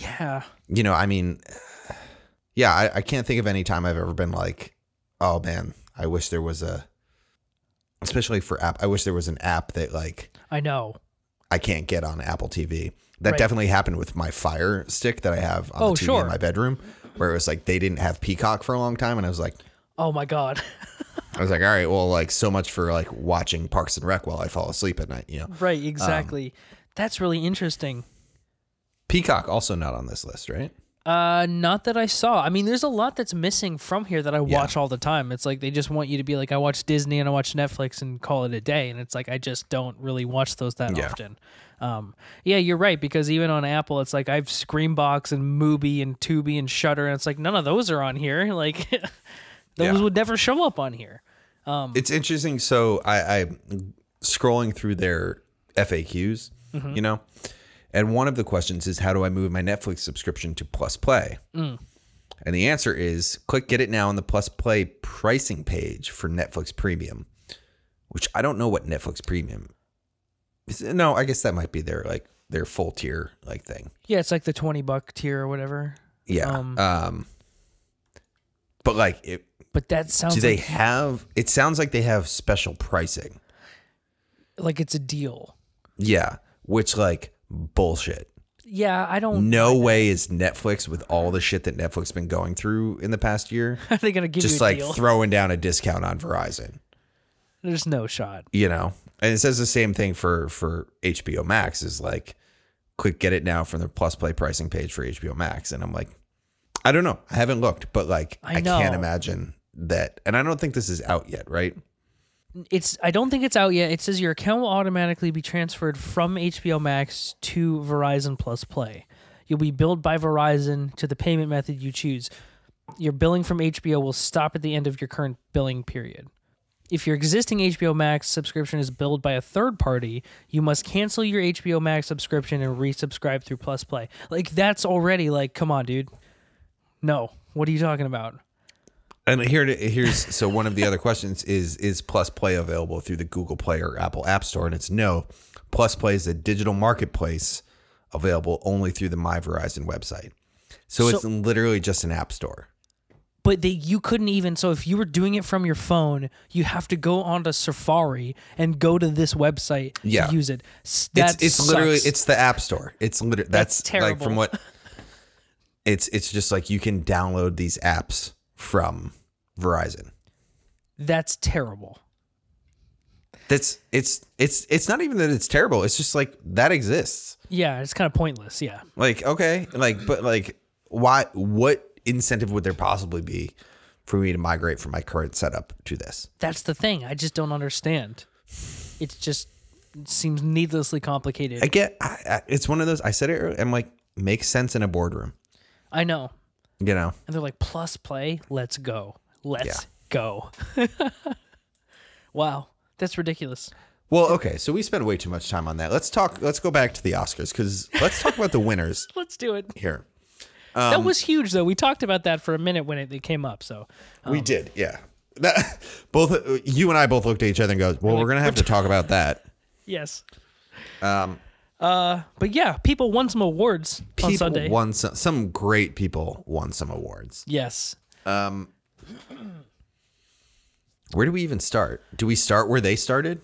S2: Yeah,
S3: you know, I mean, yeah, I, I can't think of any time I've ever been like, oh man, I wish there was a, especially for app, I wish there was an app that like
S2: I know.
S3: I can't get on Apple TV. That
S2: Right.
S3: definitely happened with my Fire Stick that I have on
S2: Oh,
S3: the TV
S2: sure.
S3: in my bedroom, where it was like they didn't have Peacock for a long time, and I was like,
S2: Oh my god.
S3: I was like, all right, well, like so much for like watching Parks and Rec while I fall asleep at night, you know.
S2: right, exactly. That's really interesting.
S3: Peacock also not on this list, right?
S2: Uh, not that I saw. I mean, there's a lot that's missing from here that I watch all the time. It's like they just want you to be like, I watch Disney and I watch Netflix and call it a day. And it's like I just don't really watch those that
S3: Yeah.
S2: often. Um, yeah, you're right because even on Apple, it's like I've Screambox and Mubi and Tubi and Shutter, and it's like none of those are on here. Like those
S3: Yeah.
S2: would never show up on here.
S3: it's interesting. So I, I scrolling through their FAQs, you know, and one of the questions is how do I move my Netflix subscription to Plus Play? And the answer is click Get It Now on the Plus Play pricing page for Netflix Premium, which I don't know what Netflix Premium. Is. No, I guess that might be their like their full tier like thing.
S2: Yeah, it's like the twenty buck tier or whatever.
S3: Yeah.
S2: Um,
S3: Um, but like, it,
S2: But that sounds
S3: do they
S2: like,
S3: have? It sounds like they have special pricing.
S2: like it's a deal.
S3: Yeah, which like bullshit.
S2: Yeah, I don't.
S3: No way is Netflix with all the shit that Netflix been going through in the past year
S2: Are they gonna give you
S3: just
S2: a
S3: like
S2: deal?
S3: throwing down a discount on Verizon,
S2: There's no shot.
S3: you know. And it says the same thing for for HBO Max is like click get it now from the Plus Play pricing page for HBO Max and I'm like I don't know. I haven't looked, but like
S2: I
S3: I, can't
S2: know.
S3: imagine that. And I don't think this is out yet, right?
S2: It's I don't think it's out yet. It says your account will automatically be transferred from HBO Max to Verizon Plus Play. You'll be billed by Verizon to the payment method you choose. Your billing from HBO will stop at the end of your current billing period. If your existing HBO Max subscription is billed by a third party, you must cancel your HBO Max subscription and resubscribe through Plus Play. Like that's already like, come on, dude. No, what are you talking about?
S3: And here, here's so one of the other questions is: Is Plus Play available through the Google Play or Apple App Store? And it's no. Plus Play is a digital marketplace available only through the My Verizon website. So,
S2: So-
S3: it's literally just an app store.
S2: But they, you couldn't even. So if you were doing it from your phone, you have to go onto Safari and go to this website
S3: Yeah.
S2: to use it.
S3: It's
S2: S- That
S3: it's literally
S2: sucks.
S3: it's the app store. It's literally that's,
S2: That's
S3: like from
S2: terrible.
S3: what it's it's just like you can download these apps from Verizon.
S2: that's terrible.
S3: That's it's it's it's not even that it's terrible. It's just like that exists.
S2: Yeah, it's kind of pointless. Yeah.
S3: Like okay, like but like why what incentive would there possibly be for me to migrate from my current setup to this?
S2: That's the thing. I just don't understand. It's just it seems needlessly complicated.
S3: I get I, I, it's one of those I said it earlier, I'm like makes sense in a boardroom,
S2: I, know.
S3: you know.
S2: And they're like, plus play, let's go. Let's go. wow. That's ridiculous.
S3: Well, okay, so we spent way too much time on that. Let's talk let's go back to the Oscars cuz let's talk about the winners
S2: Let's do it.
S3: here. Um,
S2: that was huge though. We talked about that for a minute when it, it came up. So
S3: we did. Yeah. That, both you and I both looked at each other and goes, "Well, we're going to have to talk about that."
S2: yes. Uh,
S3: Um
S2: But yeah, people won some awards on
S3: people
S2: Sunday.
S3: won some, some great people won some awards.
S2: yes.
S3: Where do we even start? Do we start where they started?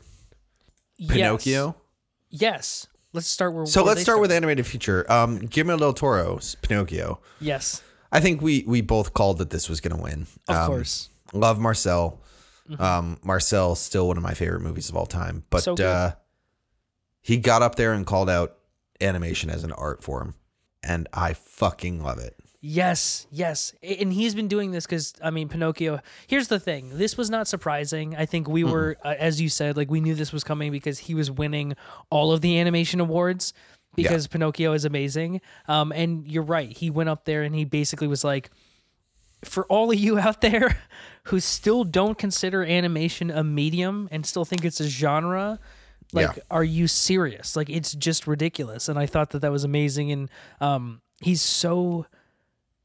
S2: Yes.
S3: Pinocchio.
S2: Yes. Let's start where
S3: So
S2: where
S3: let's
S2: they
S3: start with animated feature. Um, Guillermo del Toro's Pinocchio.
S2: Yes.
S3: I think we we both called that this was going to win.
S2: Of
S3: Um,
S2: course. Mm-hmm.
S3: Love Marcel. Um, Marcel still one of my favorite movies of all time. But
S2: So good.
S3: uh, he got up there and called out animation as an art form, and I fucking love it.
S2: Yes, yes. A- And he's been doing this because, I mean, Pinocchio. Here's the thing this was not surprising. I think we were, uh, as you said, like we knew this was coming because he was winning all of the animation awards because Pinocchio is amazing. Um, and you're right. He went up there and he basically was like, for all of you out there who still don't consider animation a medium and still think it's a genre like
S3: Yeah.
S2: are you serious like it's just ridiculous and i thought that that was amazing and um he's so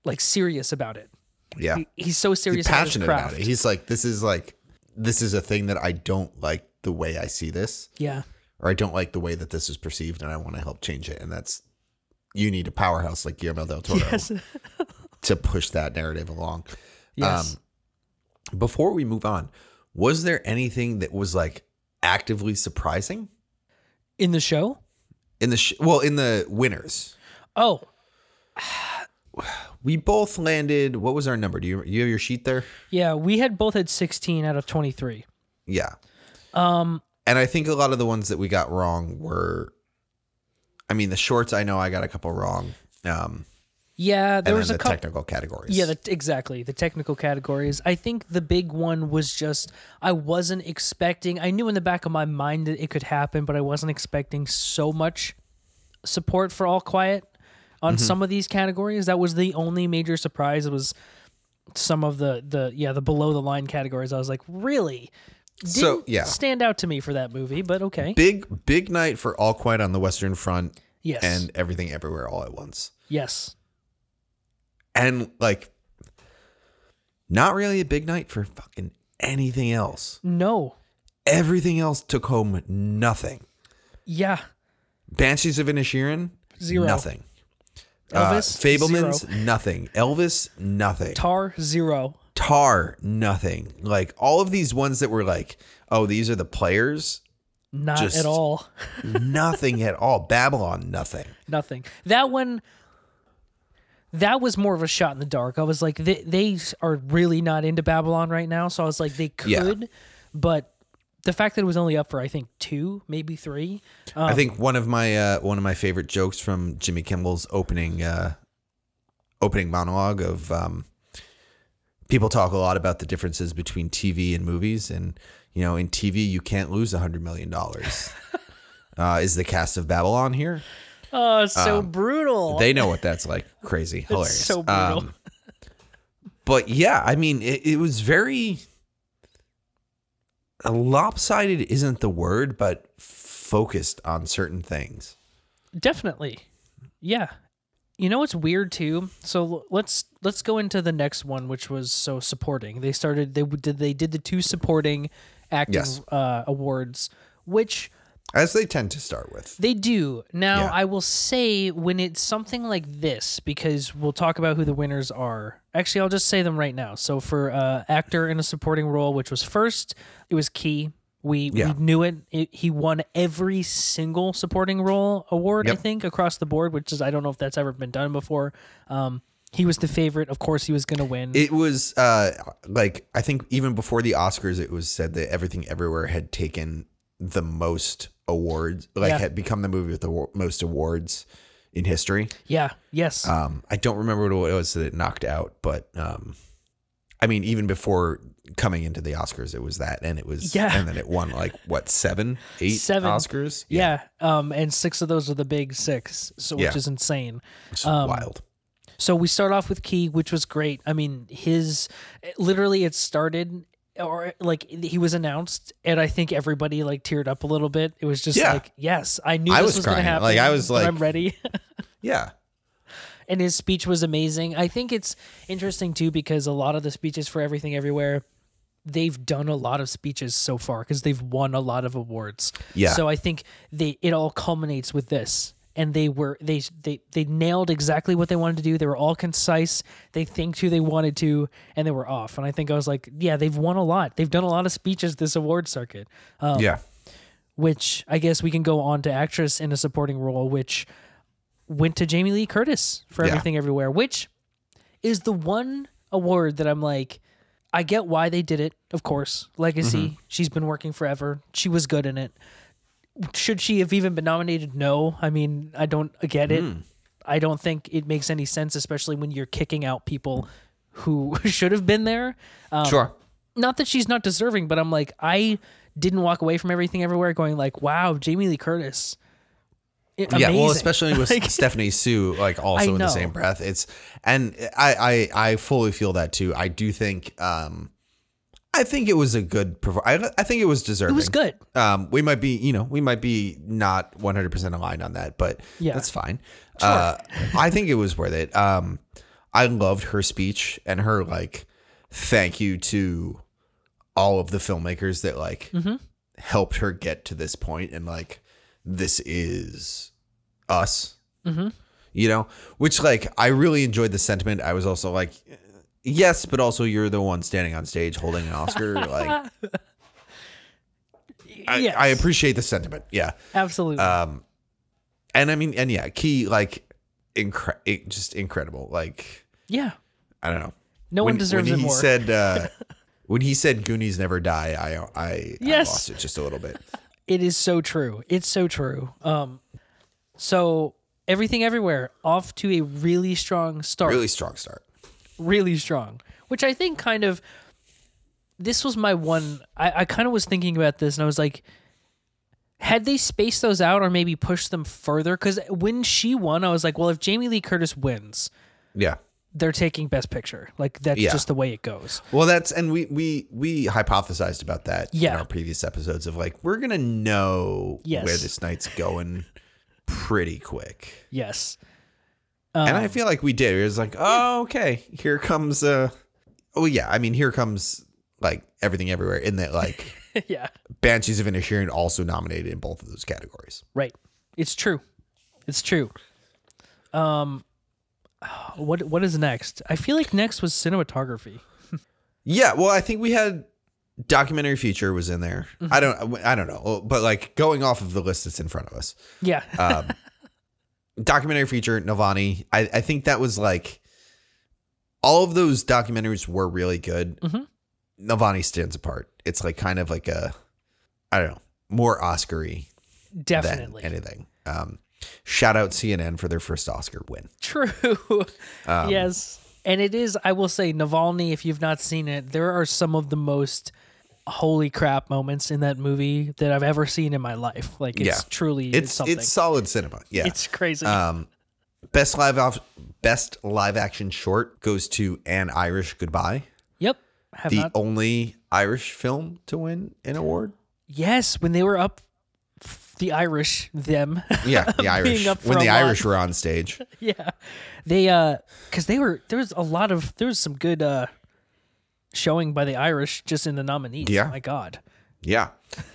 S2: like serious about it
S3: Yeah,
S2: He- he's so serious
S3: he's
S2: about his
S3: passionate about
S2: craft.
S3: it. He's like, this is like, this is a thing that I don't like the way I see this,
S2: yeah
S3: or I don't like the way that this is perceived, and I want to help change it. And that's you need a powerhouse like Guillermo del Toro
S2: yes
S3: to push that narrative along.
S2: yes
S3: Before we move on, was there anything that was like actively surprising?
S2: in the show
S3: in the sh- well in the winners
S2: oh
S3: we both landed what was our number do you you have your sheet there
S2: yeah we had both had 16 out of 23
S3: yeah
S2: um
S3: and i think a lot of the ones that we got wrong were i mean the shorts i know i got a couple wrong um
S2: yeah there
S3: and
S2: was
S3: then
S2: a
S3: the
S2: couple
S3: technical categories
S2: Yeah, the, exactly. The technical categories. I think the big one was just I wasn't expecting. I knew in the back of my mind that it could happen, but I wasn't expecting so much support for All Quiet
S3: Mm-hmm.
S2: on some of these categories. That was the only major surprise. It was some of the the yeah the below the line categories. I was like, really. Didn't
S3: So, yeah.
S2: stand out to me for that movie, but okay.
S3: big big night for all quiet on the western front
S2: yes,
S3: and everything everywhere all at once
S2: yes,
S3: and like not really a big night for fucking anything else
S2: no,
S3: everything else took home nothing
S2: yeah,
S3: banshees of inishirin
S2: Zero.
S3: nothing
S2: Elvis,
S3: uh, Fableman's
S2: zero.
S3: nothing. Elvis nothing.
S2: Tar zero,
S3: Tar nothing. Like all of these ones that were like, oh, these are the players,
S2: not
S3: Just-
S2: at all.
S3: nothing at all. Babylon nothing.
S2: nothing. That one, that was more of a shot in the dark. I was like, they, they are really not into Babylon right now. So I was like, they
S3: Yeah.
S2: could, but the fact that it was only up for I think two, maybe three. Um,
S3: I think one of my uh, one of my favorite jokes from Jimmy Kimball's opening uh, opening monologue of um, people talk a lot about the differences between TV and movies, and you know, in TV you can't lose a hundred million dollars. uh, is the cast of Babylon here?
S2: oh, so brutal.
S3: Um, They know what that's like. Crazy, hilarious. Um,
S2: so brutal.
S3: but yeah, I mean, it, it was very. lopsided isn't the word, but focused on certain things.
S2: Definitely. Yeah. You know what's weird too? So l- let's let's go into the next one, which was so supporting. They started they w- did they did the two supporting acting
S3: Yes.
S2: uh, awards, which
S3: As they tend to start with.
S2: They do. Now,
S3: Yeah.
S2: I will say when it's something like this, because we'll talk about who the winners are. Actually, I'll just say them right now. So, for uh, actor in a supporting role, which was first, it was Key. We,
S3: Yeah.
S2: we knew it. it. He won every single supporting role award, I
S3: Yep.
S2: think, across the board, which is, I don't know if that's ever been done before. Um, he was the favorite. Of course, he was going to win.
S3: It was uh, like, I think even before the Oscars, it was said that Everything Everywhere had taken the most awards, like,
S2: Yeah.
S3: had become the movie with the wa- most awards in history.
S2: yeah. Yes.
S3: Um, I don't remember what it was that it knocked out, but um, I mean, even before coming into the Oscars, it was that, and it was,
S2: Yeah.
S3: and then it won like what seven, eight
S2: Seven.
S3: Oscars,
S2: yeah. Um, and six of those are the big six, so
S3: Yeah.
S2: which is insane.
S3: It's
S2: Um,
S3: wild.
S2: So we start off with Key, which was great. I mean, his literally it started or like he was announced and I think everybody like teared up a little bit. It was just
S3: Yeah.
S2: like, yes, I knew
S3: I
S2: this was,
S3: was
S2: gonna
S3: crying.
S2: happen.
S3: Like, I was
S2: but
S3: like-
S2: I'm ready.
S3: Yeah,
S2: and his speech was amazing. I think it's interesting too because a lot of the speeches for everything everywhere they've done a lot of speeches so far because they've won a lot of awards.
S3: Yeah.
S2: So I think they it all culminates with this. And they were they they they nailed exactly what they wanted to do. They were all concise. They think who they wanted to, and they were off. And I think I was like, yeah, they've won a lot. They've done a lot of speeches this award circuit
S3: yeah.
S2: which I guess we can go on to actress in a supporting role, which went to Jamie Lee Curtis for
S3: Yeah.
S2: Everything Everywhere, which is the one award that I'm like, I get why they did it, of course. Legacy, she's been working forever. She was good in it. Should she have even been nominated? No. I mean, I don't get it. I don't think it makes any sense, especially when you're kicking out people who should have been there
S3: sure.
S2: not that she's not deserving, but I'm like, I didn't walk away from everything everywhere going like, wow, Jamie Lee Curtis. I-
S3: Yeah, well,
S2: amazing.
S3: especially with Stephanie Sue, like
S2: I
S3: also in
S2: know.
S3: the same breath. It's and I, I I fully feel that too. I do think um I think it was a good performance. I, I think it was
S2: it
S3: deserving.
S2: was good.
S3: Um, we might be, you know, we might be not 100% aligned on that, but
S2: Yeah.
S3: that's fine. Uh, I think it was worth it. Um, I loved her speech and her like, thank you to all of the filmmakers that like
S2: Mm-hmm.
S3: helped her get to this point and like, this is us,
S2: Mhm.
S3: you know, which like, I really enjoyed the sentiment. I was also like, yes, but also you're the one standing on stage holding an Oscar. like, I,
S2: Yes.
S3: I appreciate the sentiment. Yeah.
S2: absolutely.
S3: Um, and I mean, and yeah, Key like incre- it- just incredible. Like
S2: yeah.
S3: I don't know.
S2: No
S3: when,
S2: one deserves
S3: when
S2: it
S3: he
S2: more.
S3: said uh, when he said Goonies never die. I I, I
S2: Yes.
S3: lost it just a little bit.
S2: it is so true. It's so true. Um so everything everywhere off to a really strong start.
S3: Really strong start.
S2: really strong, which I think kind of this was my one. I, I kind of was thinking about this and I was like, had they spaced those out or maybe pushed them further? Because when she won, I was like, well, if Jamie Lee Curtis wins,
S3: Yeah.
S2: they're taking Best Picture. Like, that's
S3: Yeah.
S2: just the way it goes.
S3: Well, that's and we we we hypothesized about that
S2: Yeah.
S3: in our previous episodes of like we're gonna know
S2: Yes.
S3: where this night's going pretty quick,
S2: Yes.
S3: and I feel like we did. It was like, oh okay, here comes uh, oh yeah. I mean, here comes like everything everywhere in that like.
S2: yeah.
S3: Banshees of Inisherin also nominated in both of those categories.
S2: Right. It's true. It's true. Um, what what is next? I feel like next was cinematography.
S3: Yeah, well, I think we had documentary feature was in there. I don't, I don't know, but like going off of the list that's in front of us,
S2: Yeah.
S3: um, documentary feature Navani. I, I think that was like all of those documentaries were really good.
S2: Mhm.
S3: Navani stands apart. It's like kind of like a, I don't know, more Oscary
S2: Definitely.
S3: than anything. Um, shout out CNN for their first Oscar win.
S2: True.
S3: Um,
S2: yes. And it is, I will say, Navalny, if you've not seen it, there are some of the most holy crap moments in that movie that I've ever seen in my life. Like, it's
S3: Yeah.
S2: truly it's,
S3: It's
S2: something.
S3: it's
S2: It's,
S3: solid cinema. Yeah,
S2: crazy.
S3: Um, best live off, best live action short goes to An Irish Goodbye.
S2: yep. Have
S3: the
S2: not.
S3: only Irish film to win an award.
S2: Yes, when they were up, f- the Irish, them.
S3: Yeah, the Irish.
S2: up for
S3: When
S2: a
S3: the
S2: lot.
S3: Irish were on stage,
S2: yeah, they uh, because they were there was a lot of there was some good uh, showing by the Irish just in the nominees.
S3: Yeah.
S2: my God.
S3: yeah.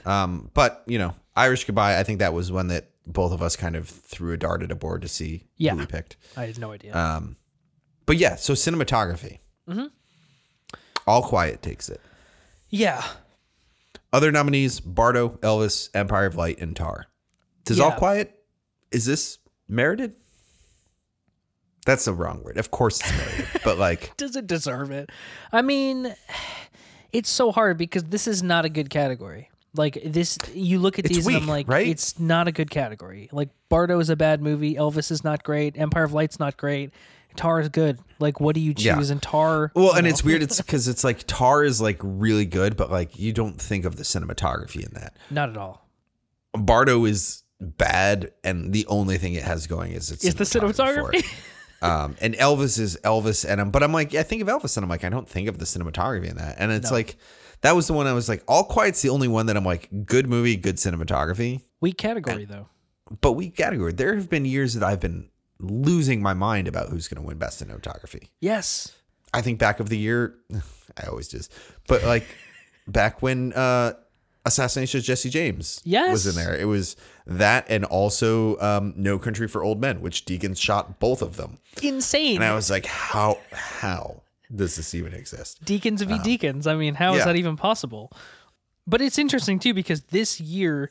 S3: Um, but you know, Irish Goodbye. I think that was one that both of us kind of threw a dart at a board to see
S2: Yeah.
S3: who we picked.
S2: I had no idea.
S3: Um, but yeah, so cinematography.
S2: Mm-hmm.
S3: All Quiet takes it.
S2: yeah,
S3: Other nominees: Bardo, Elvis, Empire of Light, and Tar. Does All
S2: Yeah.
S3: Quiet? Is this merited? That's the wrong word. Of course, it's merited, but like,
S2: does it deserve it? I mean, it's so hard because this is not a good category. Like this, you look at
S3: It's
S2: these and I'm
S3: weak,
S2: like,
S3: right?
S2: it's not a good category. Like Bardo is a bad movie. Elvis is not great. Empire of Light's not great. Tar is good. Like, what do you choose?
S3: Yeah.
S2: And Tar.
S3: well,
S2: you
S3: and
S2: know.
S3: it's weird. It's because it's like Tar is like really good, but like you don't think of the cinematography in that.
S2: not at all.
S3: Bardo is bad, and the only thing it has going is it's
S2: Is the cinematography?
S3: um, and Elvis is Elvis, and I'm, but I'm like, I think of Elvis, and I'm like, I don't think of the cinematography in that, and it's
S2: No.
S3: like, that was the one I was like, All Quiet's the only one that I'm like, good movie, good cinematography,
S2: Weak category though.
S3: but we category. There have been years that I've been losing my mind about who's going to win best cinematography.
S2: Yes.
S3: I think back of the year, I always just, but like back when uh Assassination of Jesse James
S2: Yes.
S3: was in there, it was that and also um No Country for Old Men, which Deacon shot both of them,
S2: Insane.
S3: and I was like, how how does this even exist?
S2: deacons v deacons. I mean, how is
S3: yeah.
S2: that even possible? But it's interesting too because this year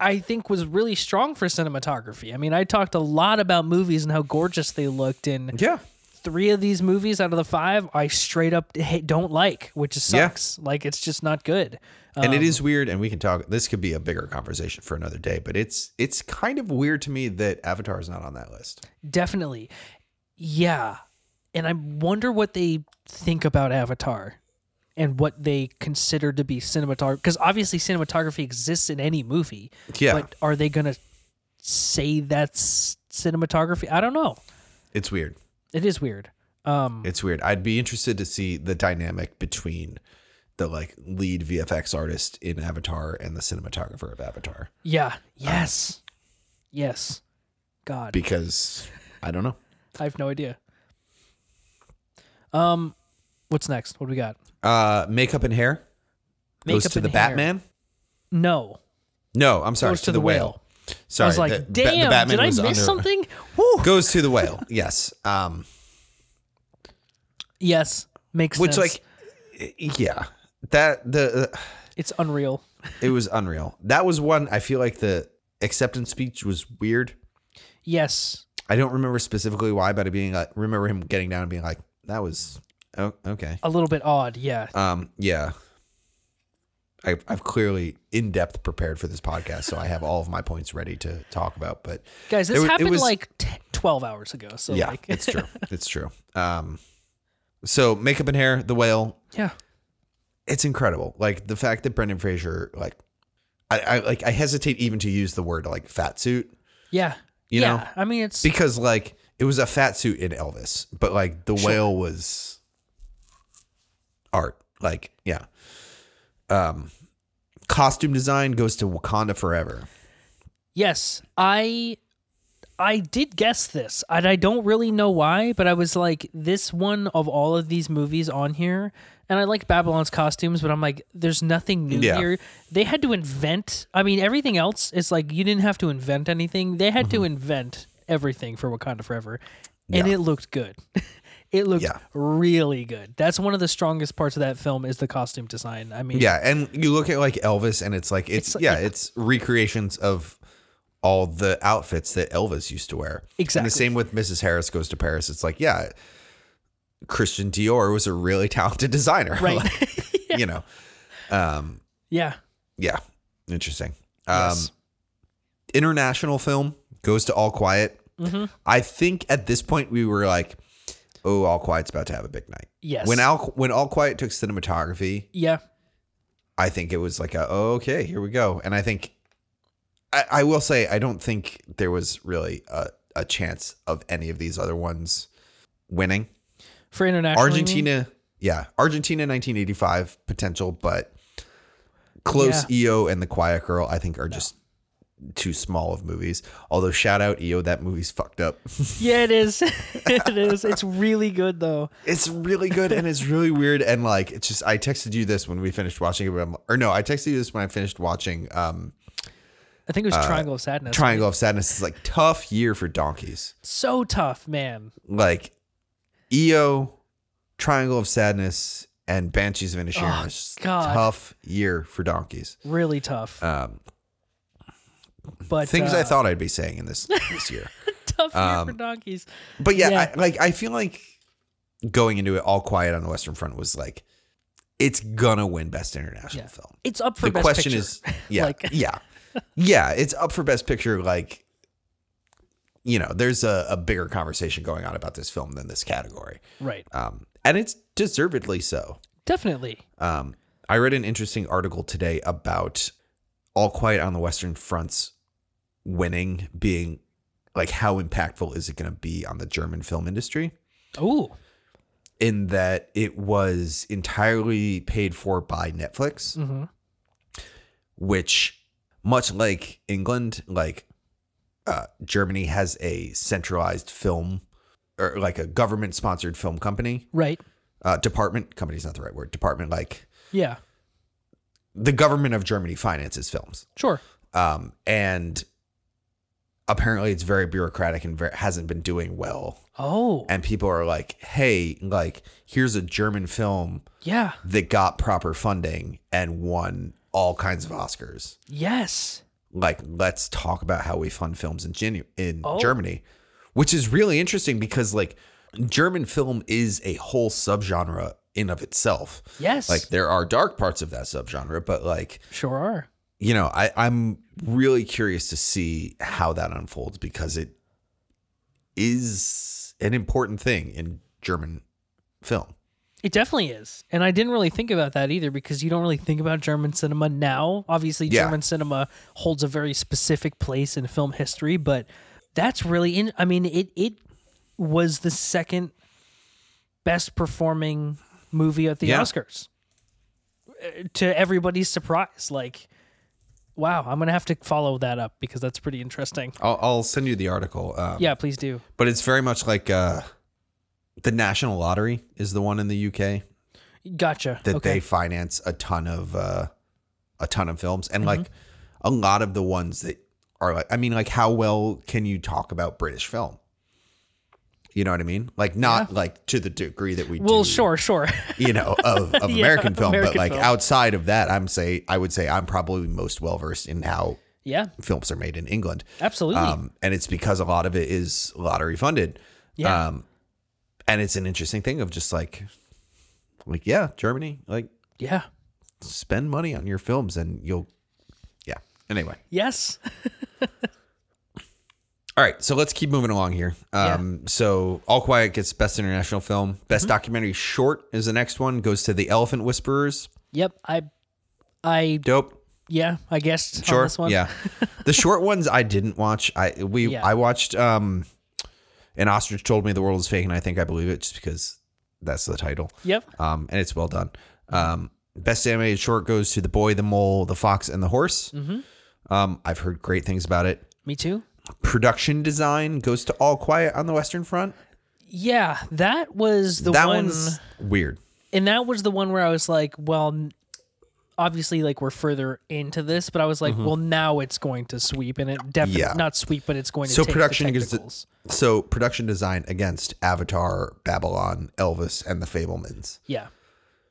S2: I think was really strong for cinematography. I mean, I talked a lot about movies and how gorgeous they looked and
S3: Yeah,
S2: three of these movies out of the five I straight up ha- don't like, which
S3: Yeah.
S2: sucks. Like it's just not good.
S3: and it is weird, and we can talk. This could be a bigger conversation for another day, but it's it's kind of weird to me that Avatar is not on that list.
S2: Definitely. Yeah. And I wonder what they think about Avatar and what they consider to be cinematography. Because obviously, cinematography exists in any movie.
S3: Yeah,
S2: But are they going to say that's cinematography? I don't know.
S3: it's weird.
S2: It is weird. Um,
S3: It's weird. I'd be interested to see the dynamic between the like lead VFX artist in Avatar and the cinematographer of Avatar
S2: yeah. Yes. yes. God.
S3: because I don't know.
S2: I have no idea. Um, what's next? What do we got?
S3: Uh, makeup and hair goes
S2: Makeup
S3: to
S2: and
S3: the
S2: hair.
S3: Batman.
S2: No.
S3: No, I'm sorry,
S2: Goes
S3: to, the, whale. Sorry,
S2: I was like,
S3: the- ba- the
S2: damn,
S3: Batman
S2: did I
S3: was
S2: miss
S3: under-
S2: something? Woo.
S3: Goes to the whale. Yes. Um,
S2: Yes, makes
S3: which
S2: sense.
S3: like, y- yeah, that the uh,
S2: it's unreal.
S3: it was unreal. That was one. I feel like the acceptance speech was weird.
S2: Yes,
S3: I don't remember specifically why, but it being like, remember him getting down and being like, that was oh, okay.
S2: a little bit odd. Yeah,
S3: Um, yeah. I've, I've clearly in depth prepared for this podcast, so I have all of my points ready to talk about. But
S2: guys,
S3: It
S2: this
S3: wa- it
S2: happened
S3: was-
S2: like t- twelve hours ago. So
S3: yeah,
S2: like,
S3: it's true. It's true. Um, so makeup and hair, the whale,
S2: yeah,
S3: it's incredible. Like the fact that Brendan Fraser, like, I, I like I hesitate even to use the word like fat suit
S2: yeah,
S3: You
S2: yeah.
S3: know,
S2: I mean, it's
S3: because like it was a fat suit in Elvis, but like the whale was art. Like yeah, um, costume design goes to Wakanda Forever.
S2: yes. I I did guess this, and I don't really know why, but I was like, this one of all of these movies on here, and I like Babylon's costumes, but I'm like, there's nothing new
S3: Yeah.
S2: here. They had to invent. I mean, everything else is like you didn't have to invent anything. They had to invent everything for Wakanda Forever, and
S3: Mm-hmm. Yeah.
S2: it looked good. it looked
S3: Yeah.
S2: really good. That's one of the strongest parts of that film is the costume design. I mean,
S3: Yeah, and you look at like Elvis, and it's like it's,
S2: It's like-
S3: yeah, it's recreations of all the outfits that Elvis used to wear. And
S2: Exactly.
S3: the same with Mrs. Harris Goes to Paris. It's like yeah, Christian Dior was a really talented designer,
S2: right.
S3: Like, You know, um,
S2: yeah.
S3: yeah, interesting. Um,
S2: Yes.
S3: international film goes to All Quiet.
S2: Mhm.
S3: I think at this point we were like, oh, All Quiet's about to have a big night.
S2: Yes.
S3: When All when All Quiet took cinematography,
S2: Yeah.
S3: I think it was like a oh, okay, here we go. And I think I, I will say I don't think there was really a, a chance of any of these other ones winning.
S2: For international. you mean?
S3: Argentina, yeah, Argentina 1985 potential, but close EO and The Quiet Girl I think are just too small of movies. Although shout out EO, that movie's fucked up.
S2: Yeah, it is. it is. It's really good though.
S3: It's really good and it's really weird and like it's just I texted you this when we finished watching it, but I'm- or no, I texted you this when I finished watching um,
S2: I think it was Triangle of Sadness.
S3: Uh, Triangle of Sadness. It's like tough year for donkeys.
S2: so tough, man.
S3: Like EO, Triangle of Sadness, and Banshees of Inisherin.
S2: Oh,
S3: It's just
S2: God.
S3: tough year for donkeys.
S2: Really tough.
S3: Um,
S2: But
S3: things I
S2: uh,
S3: thought I'd be saying in this this year.
S2: tough year for
S3: um,
S2: donkeys.
S3: But yeah,
S2: Yeah.
S3: I, like I feel like going into it all quiet on the Western Front was like it's gonna win best international
S2: Yeah.
S3: film.
S2: It's up for
S3: the
S2: best
S3: question
S2: picture.
S3: is yeah,
S2: Like-
S3: yeah. Yeah, it's up for best picture like you know, there's a, a bigger conversation going on about this film than this category.
S2: right.
S3: Um and it's deservedly so.
S2: Definitely.
S3: Um, I read an interesting article today about All Quiet on the Western Front's winning being like how impactful is it going to be on the German film industry?
S2: Ooh.
S3: In that it was entirely paid for by Netflix,
S2: hmm
S3: which, much like England, like uh, Germany has a centralized film or like a government sponsored film company,
S2: Right.
S3: uh, department, company's not the right word, department, like
S2: Yeah.
S3: the government of Germany finances films.
S2: Sure.
S3: um, and apparently it's very bureaucratic and very, hasn't been doing well.
S2: Oh.
S3: And people are like, "Hey, like here's a German film
S2: yeah.
S3: that got proper funding and won all kinds of Oscars.
S2: Yes.
S3: Like, let's talk about how we fund films in genu- in
S2: Oh.
S3: Germany," which is really interesting because like German film is a whole subgenre in of itself.
S2: Yes.
S3: Like there are dark parts of that subgenre, but like
S2: sure are.
S3: you know, I, I'm really curious to see how that unfolds because it is an important thing in German film.
S2: It definitely is. And I didn't really think about that either because you don't really think about German cinema now. Obviously,
S3: Yeah.
S2: German cinema holds a very specific place in film history, but that's really in I mean, it it was the second best performing movie at the
S3: Yeah.
S2: Oscars. Uh, To everybody's surprise, like wow, I'm going to have to follow that up because that's pretty interesting.
S3: I'll, I'll send you the article. Um,
S2: Yeah, please do.
S3: But it's very much like uh, the National Lottery is the one in the UK
S2: Gotcha.
S3: that
S2: okay.
S3: they finance a ton of uh, a ton of films and like
S2: Mm-hmm.
S3: a lot of the ones that are like I mean like how well can you talk about British film? You know what I mean? Like not like to the degree that we
S2: well,
S3: do
S2: sure, sure.
S3: you know, of, of
S2: Yeah,
S3: American film, but
S2: American
S3: like
S2: film.
S3: outside of that, I'm say I would say I'm probably most well versed in how
S2: yeah,
S3: films are made in England.
S2: absolutely.
S3: Um, and it's because a lot of it is lottery funded.
S2: Yeah.
S3: Um, and it's an interesting thing of just like, like yeah, Germany, like
S2: yeah.
S3: spend money on your films and you'll, yeah. Anyway,
S2: Yes.
S3: all right, so let's keep moving along here. Um, So All Quiet gets best international film,
S2: Mm-hmm.
S3: best documentary short is the next one. Goes to The Elephant Whisperers.
S2: Yep, I, I
S3: Dope.
S2: yeah, I guessed
S3: Sure.
S2: on this one.
S3: Yeah. The short ones I didn't watch. I we
S2: Yeah.
S3: I watched um an ostrich told me the world is fake and I think I believe it just because that's the title.
S2: Yep.
S3: Um and it's well done. Um best animated short goes to The Boy, the Mole, the Fox and the Horse.
S2: Mm-hmm.
S3: Um I've heard great things about it.
S2: Me too.
S3: Production design goes to All Quiet on the Western Front.
S2: Yeah, that was the
S3: that
S2: one,
S3: one's weird.
S2: and that was the one where I was like, well, n- obviously, like we're further into this, but I was like, well, now it's going to sweep, and it definitely
S3: Mm-hmm. Yeah.
S2: not sweep, but it's going to
S3: So
S2: take
S3: production
S2: the
S3: gives the-
S2: technicals.
S3: So production design against Avatar, Babylon, Elvis and the Fablemans.
S2: yeah,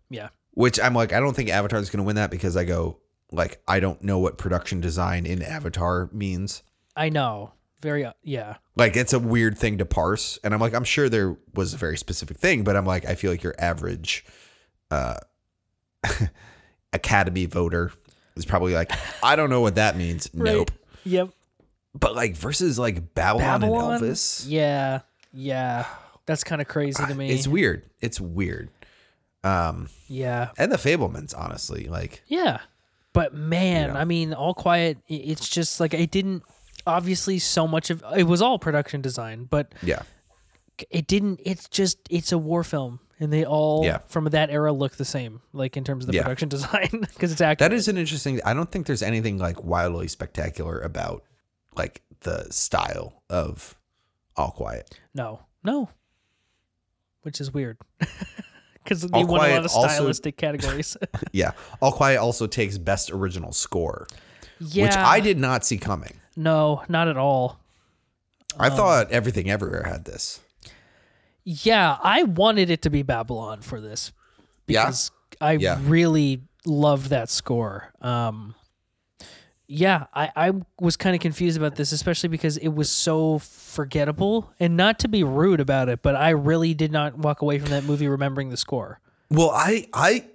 S2: yeah,
S3: which I'm like, I don't think Avatar is going to win that because I go like, I don't know what production design in Avatar means.
S2: I know. Very uh, yeah,
S3: Like, it's a weird thing to parse, and I'm like, I'm sure there was a very specific thing, but I'm like, I feel like your average uh, Academy voter is probably like, I don't know what that means.
S2: Right.
S3: Nope.
S2: yep,
S3: But like versus like Babylon,
S2: Babylon.
S3: and Elvis,
S2: Yeah, yeah, that's kind of crazy to me.
S3: it's weird. It's weird. Um,
S2: yeah,
S3: and the Fablemans, honestly, like,
S2: Yeah. But man,
S3: Yeah.
S2: I mean, all quiet, i- it's just like it didn't obviously so much of it was all production design, but
S3: yeah,
S2: it didn't it's just it's a war film. and they all
S3: Yeah.
S2: from that era look the same, like in terms of the
S3: Yeah.
S2: production design, because it's accurate.
S3: That is an interesting. I don't think there's anything like wildly spectacular about like the style of All Quiet.
S2: No, no. Which is weird. Because they
S3: All
S2: won a lot
S3: Quiet
S2: of
S3: also-
S2: stylistic categories.
S3: Yeah, All Quiet also takes Best Original Score,
S2: yeah.
S3: which I did not see coming.
S2: No, not at all.
S3: I
S2: Oh.
S3: thought Everything Everywhere had this.
S2: Yeah, I wanted it to be Babylon for this
S3: Yeah?
S2: because I
S3: Yeah.
S2: really loved that score. Um, yeah, I, I was kind of confused about this, especially because it was so forgettable. And not to be rude about it, but I really did not walk away from that movie remembering the score.
S3: Well, I I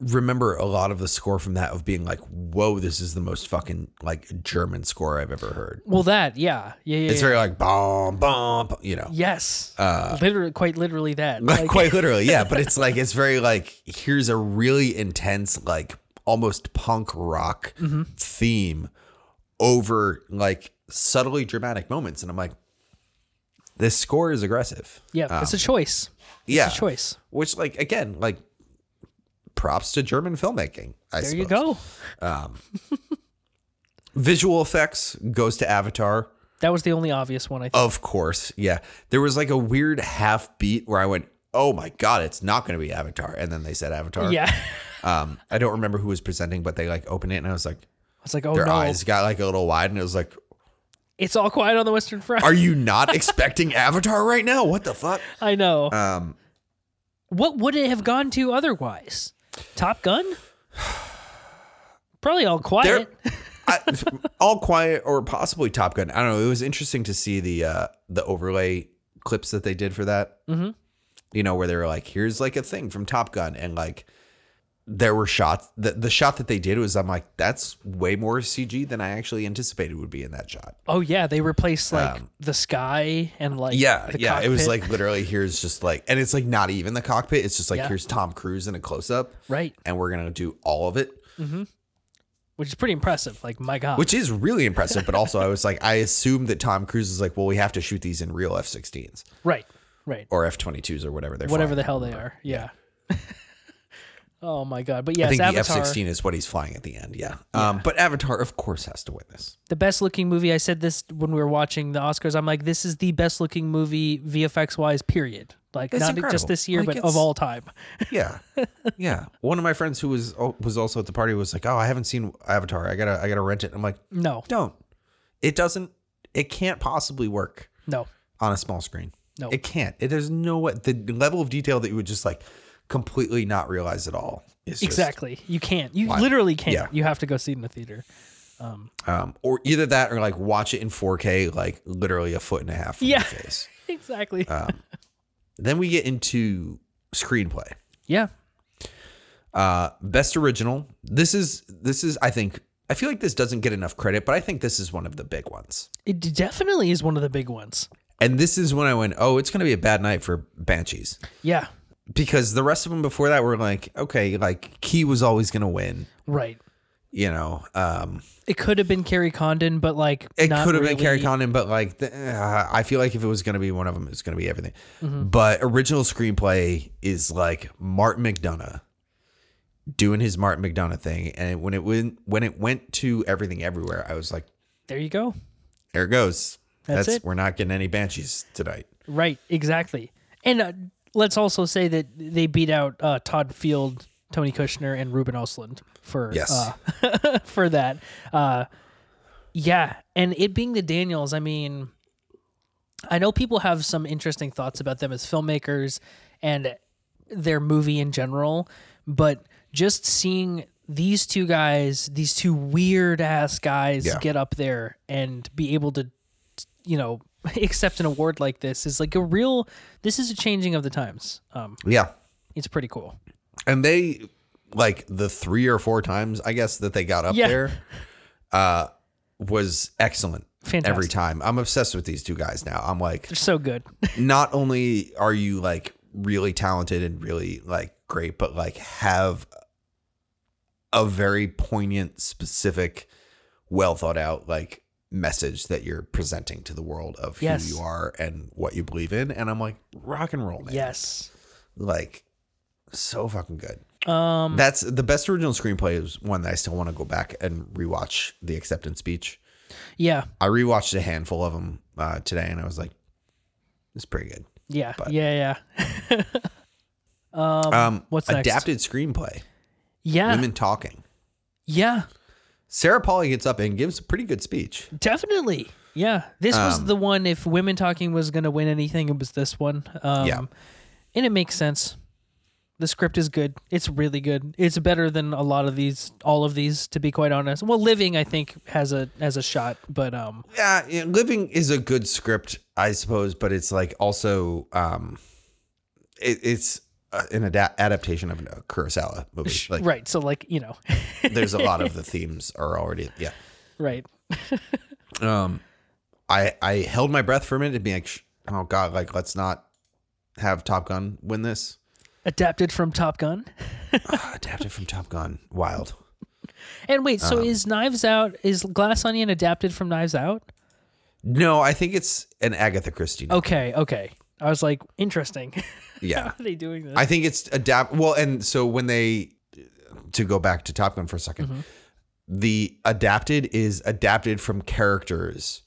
S3: remember a lot of the score from that of being like, "Whoa, this is the most fucking like German score I've ever heard."
S2: Well, that, yeah, yeah, yeah.
S3: It's
S2: yeah.
S3: very like bomb bomb, you know.
S2: yes,
S3: Uh,
S2: literally, quite literally that.
S3: Like,
S2: Like-
S3: quite literally, yeah. But it's like it's very like here's a really intense, like almost punk rock
S2: Mm-hmm.
S3: theme over like subtly dramatic moments, and I'm like, this score is aggressive.
S2: yeah, it's a choice.
S3: yeah,
S2: It's a choice.
S3: which like again, like props to German filmmaking. I
S2: There
S3: suppose.
S2: you go.
S3: Visual effects goes to Avatar.
S2: That was the only obvious one I think.
S3: Of course. Yeah. There was like a weird half beat where I went, oh my God, it's not going to be Avatar. And then they said Avatar.
S2: yeah.
S3: Um, I don't remember who was presenting, but they like opened it and I was like,
S2: It's like, oh
S3: their
S2: no,
S3: eyes got like a little wide and it was like,
S2: it's all quiet on the Western Front.
S3: are you not expecting Avatar right now? What the fuck?
S2: I know.
S3: Um,
S2: what would it have gone to otherwise? Top Gun? Probably all quiet.
S3: I, all quiet or possibly Top Gun. I don't know. It was interesting to see the uh, the overlay clips that they did for that.
S2: Mhm.
S3: You know where they were like, here's like a thing from Top Gun, and like there were shots. The, the shot that they did was I'm like, that's way more CG than I actually anticipated would be in that shot.
S2: Oh yeah, they replaced like
S3: Um,
S2: the sky and like
S3: Yeah,
S2: the
S3: yeah. It was
S2: cockpit.
S3: like literally here's just like, and it's like not even the cockpit. It's just like
S2: Yeah.
S3: here's Tom Cruise in a close up,
S2: right,
S3: and we're gonna do all of it.
S2: which is pretty impressive. Like my god,
S3: which is really impressive. But also, I was like, I assume that Tom Cruise is like, well, we have to shoot these in real F 16s
S2: right, right,
S3: or F 22s or whatever they're
S2: whatever the
S3: flying.
S2: hell they are. Yeah. oh my god, but
S3: I
S2: yes,
S3: think the
S2: Avatar,
S3: F 16 is what he's flying at the end. Yeah. Um, but Avatar, of course, has to win this.
S2: the best looking movie. I said this when we were watching the Oscars. I'm like, this is the best looking movie VFX wise. Period. Like
S3: It's
S2: not just
S3: incredible.
S2: this year,
S3: Like,
S2: but of
S3: it's-
S2: all time.
S3: Yeah. yeah. One of my friends who was was also at the party was like, oh, I haven't seen Avatar. I gotta I gotta rent it. I'm like,
S2: No,
S3: don't. It doesn't. It can't possibly work
S2: no,
S3: on a small screen.
S2: No.
S3: It can't. It, there's no way. The level of detail that you would just like completely not realize at all. is just-
S2: exactly. You can't. You literally can't.
S3: Yeah.
S2: You have to go see it in the theater.
S3: um, or either that or like watch it in 4K, like literally a foot and a half from
S2: Yeah.
S3: your face. Um,
S2: Exactly.
S3: Then we get into screenplay.
S2: yeah.
S3: Uh, best original. This is this is I think I feel like this doesn't get enough credit, but I think this is one of the big ones.
S2: It d- definitely is one of the big ones.
S3: And this is when I went, oh, it's gonna be a bad night for Banshees
S2: Yeah.
S3: because the rest of them before that were like, okay, like Key was always gonna win,
S2: Right.
S3: you know. Um,
S2: It could have been Carrie Condon, but like
S3: It
S2: not
S3: could have been
S2: really-
S3: Carrie Condon, but like, th- uh, I feel like if it was going to be one of them, it's going to be everything.
S2: Mm-hmm.
S3: But original screenplay is like Martin McDonough doing his Martin McDonough thing, and when it went when it went to Everything Everywhere, I was like,
S2: There you go.
S3: there it goes.
S2: That's it.
S3: We're not getting any banshees tonight.
S2: Right. Exactly. And uh, let's also say that they beat out uh, Todd Field, Tony Kushner, and Ruben Ostlund for
S3: Yes.
S2: uh, for that. Uh, yeah, and it being the Daniels, I mean, I know people have some interesting thoughts about them as filmmakers and their movie in general, but just seeing these two guys, these two weird ass guys
S3: Yeah.
S2: get up there and be able to, you know, accept an award like this is like a real, this is a changing of the times. Um,
S3: Yeah,
S2: it's pretty cool.
S3: and they like the three or four times I guess that they got up
S2: Yeah.
S3: there uh, was excellent. Every
S2: Fantastic.
S3: time, I'm obsessed with these two guys now. I'm like,
S2: They're so good.
S3: not only are you like really talented and really like great, but like have a very poignant, specific, well thought out like message that you're presenting to the world of
S2: Yes.
S3: who you are and what you believe in. And I'm like, rock and roll, man.
S2: yes.
S3: Like so fucking good.
S2: Um,
S3: That's the best original screenplay is one that I still want to go back and rewatch the acceptance speech.
S2: yeah,
S3: I rewatched a handful of them uh, today, and I was like, "It's pretty good."
S2: yeah,
S3: But-
S2: yeah, yeah. um,
S3: Um,
S2: what's next? Ah.
S3: adapted screenplay?
S2: yeah,
S3: Women talking.
S2: yeah,
S3: Sarah Pauli gets up and gives a pretty good speech.
S2: definitely. Yeah, this was
S3: Um,
S2: the one. If women talking was gonna win anything, it was this one. Um,
S3: Yeah.
S2: and it makes sense. The script is good. It's really good. It's better than a lot of these, all of these, to be quite honest. Well, living I think has a has a shot, but um,
S3: Yeah, yeah, living is a good script, I suppose, but it's like also, um, it, it's uh, an ada- adaptation of a Kurosawa movie. Like,
S2: right. So like you know,
S3: there's a lot of the themes are already yeah.
S2: right.
S3: Um, I I held my breath for a minute to be like, "Shh, oh god, like let's not have Top Gun win this.
S2: Adapted from Top Gun.
S3: Adapted from Top Gun, wild.
S2: And wait,
S3: Uh-huh.
S2: so is Knives Out is Glass Onion adapted from Knives Out?
S3: No, I think it's an Agatha Christie. novel.
S2: Okay, okay. I was like, interesting.
S3: Yeah,
S2: How are they doing this?
S3: I think it's adapt. Well, and so when they to go back to Top Gun for a 2nd
S2: Mm-hmm.
S3: the adapted is adapted from characters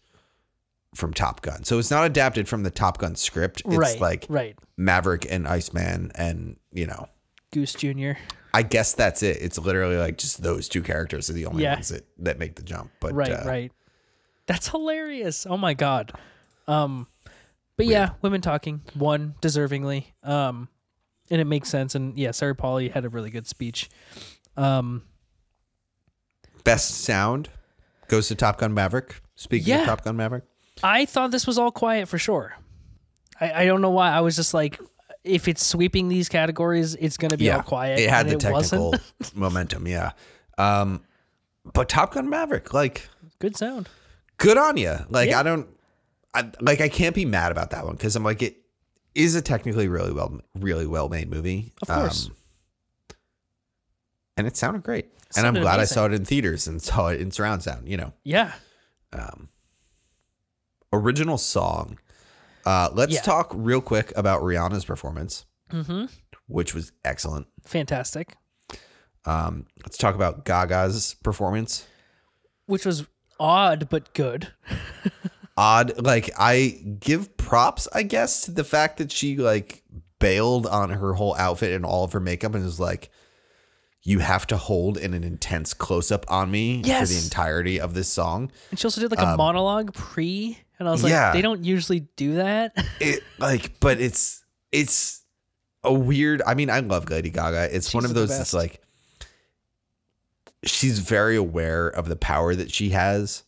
S3: from Top Gun. So it's not adapted from the Top Gun script. It's
S2: right,
S3: like
S2: right.
S3: Maverick and Iceman, and you know,
S2: Goose Jr.
S3: I guess that's it. It's literally like just those two characters are the only
S2: Yeah.
S3: ones that that make the jump. But
S2: Right,
S3: uh,
S2: right. That's hilarious. Oh my god. Um but yeah, women talking, one deservingly. Um and it makes sense and yeah, Sarah Pauli had a really good speech. Um
S3: best sound goes to Top Gun Maverick. Speaking
S2: Yeah.
S3: of Top Gun Maverick,
S2: I thought this was all quiet for sure. I, I don't know why. I was just like, if it's sweeping these categories, it's going to be all quiet.
S3: It had
S2: and
S3: the
S2: wasn't.
S3: technical momentum. Yeah. Um, but Top Gun Maverick, like,
S2: Good sound.
S3: good on you. Like,
S2: Yeah.
S3: I don't, I, like, I can't be mad about that one because I'm like, it is a technically really well, really well made movie. Um,
S2: Of course.
S3: and it sounded great. and I'm
S2: Sounded
S3: glad
S2: amazing.
S3: I saw it in theaters and saw it in surround sound, you know.
S2: Yeah.
S3: Um, original song. Uh, let's
S2: Yeah.
S3: talk real quick about Rihanna's performance,
S2: Mm-hmm.
S3: which was excellent.
S2: Fantastic.
S3: Um, let's talk about Gaga's performance.
S2: Which was odd but good.
S3: Odd, like I give props, I guess, to the fact that she like bailed on her whole outfit and all of her makeup and was like, "You have to hold in an intense close up on me for the
S2: Yes.
S3: entirety of this song."
S2: And she also did like a monologue pre, and I was like,
S3: Um, yeah.
S2: they don't usually do that.
S3: It like, but it's it's a weird. I mean, I love Lady Gaga. It's one
S2: She's
S3: of
S2: the
S3: those that's
S2: best.
S3: like she's very aware of the power that she has.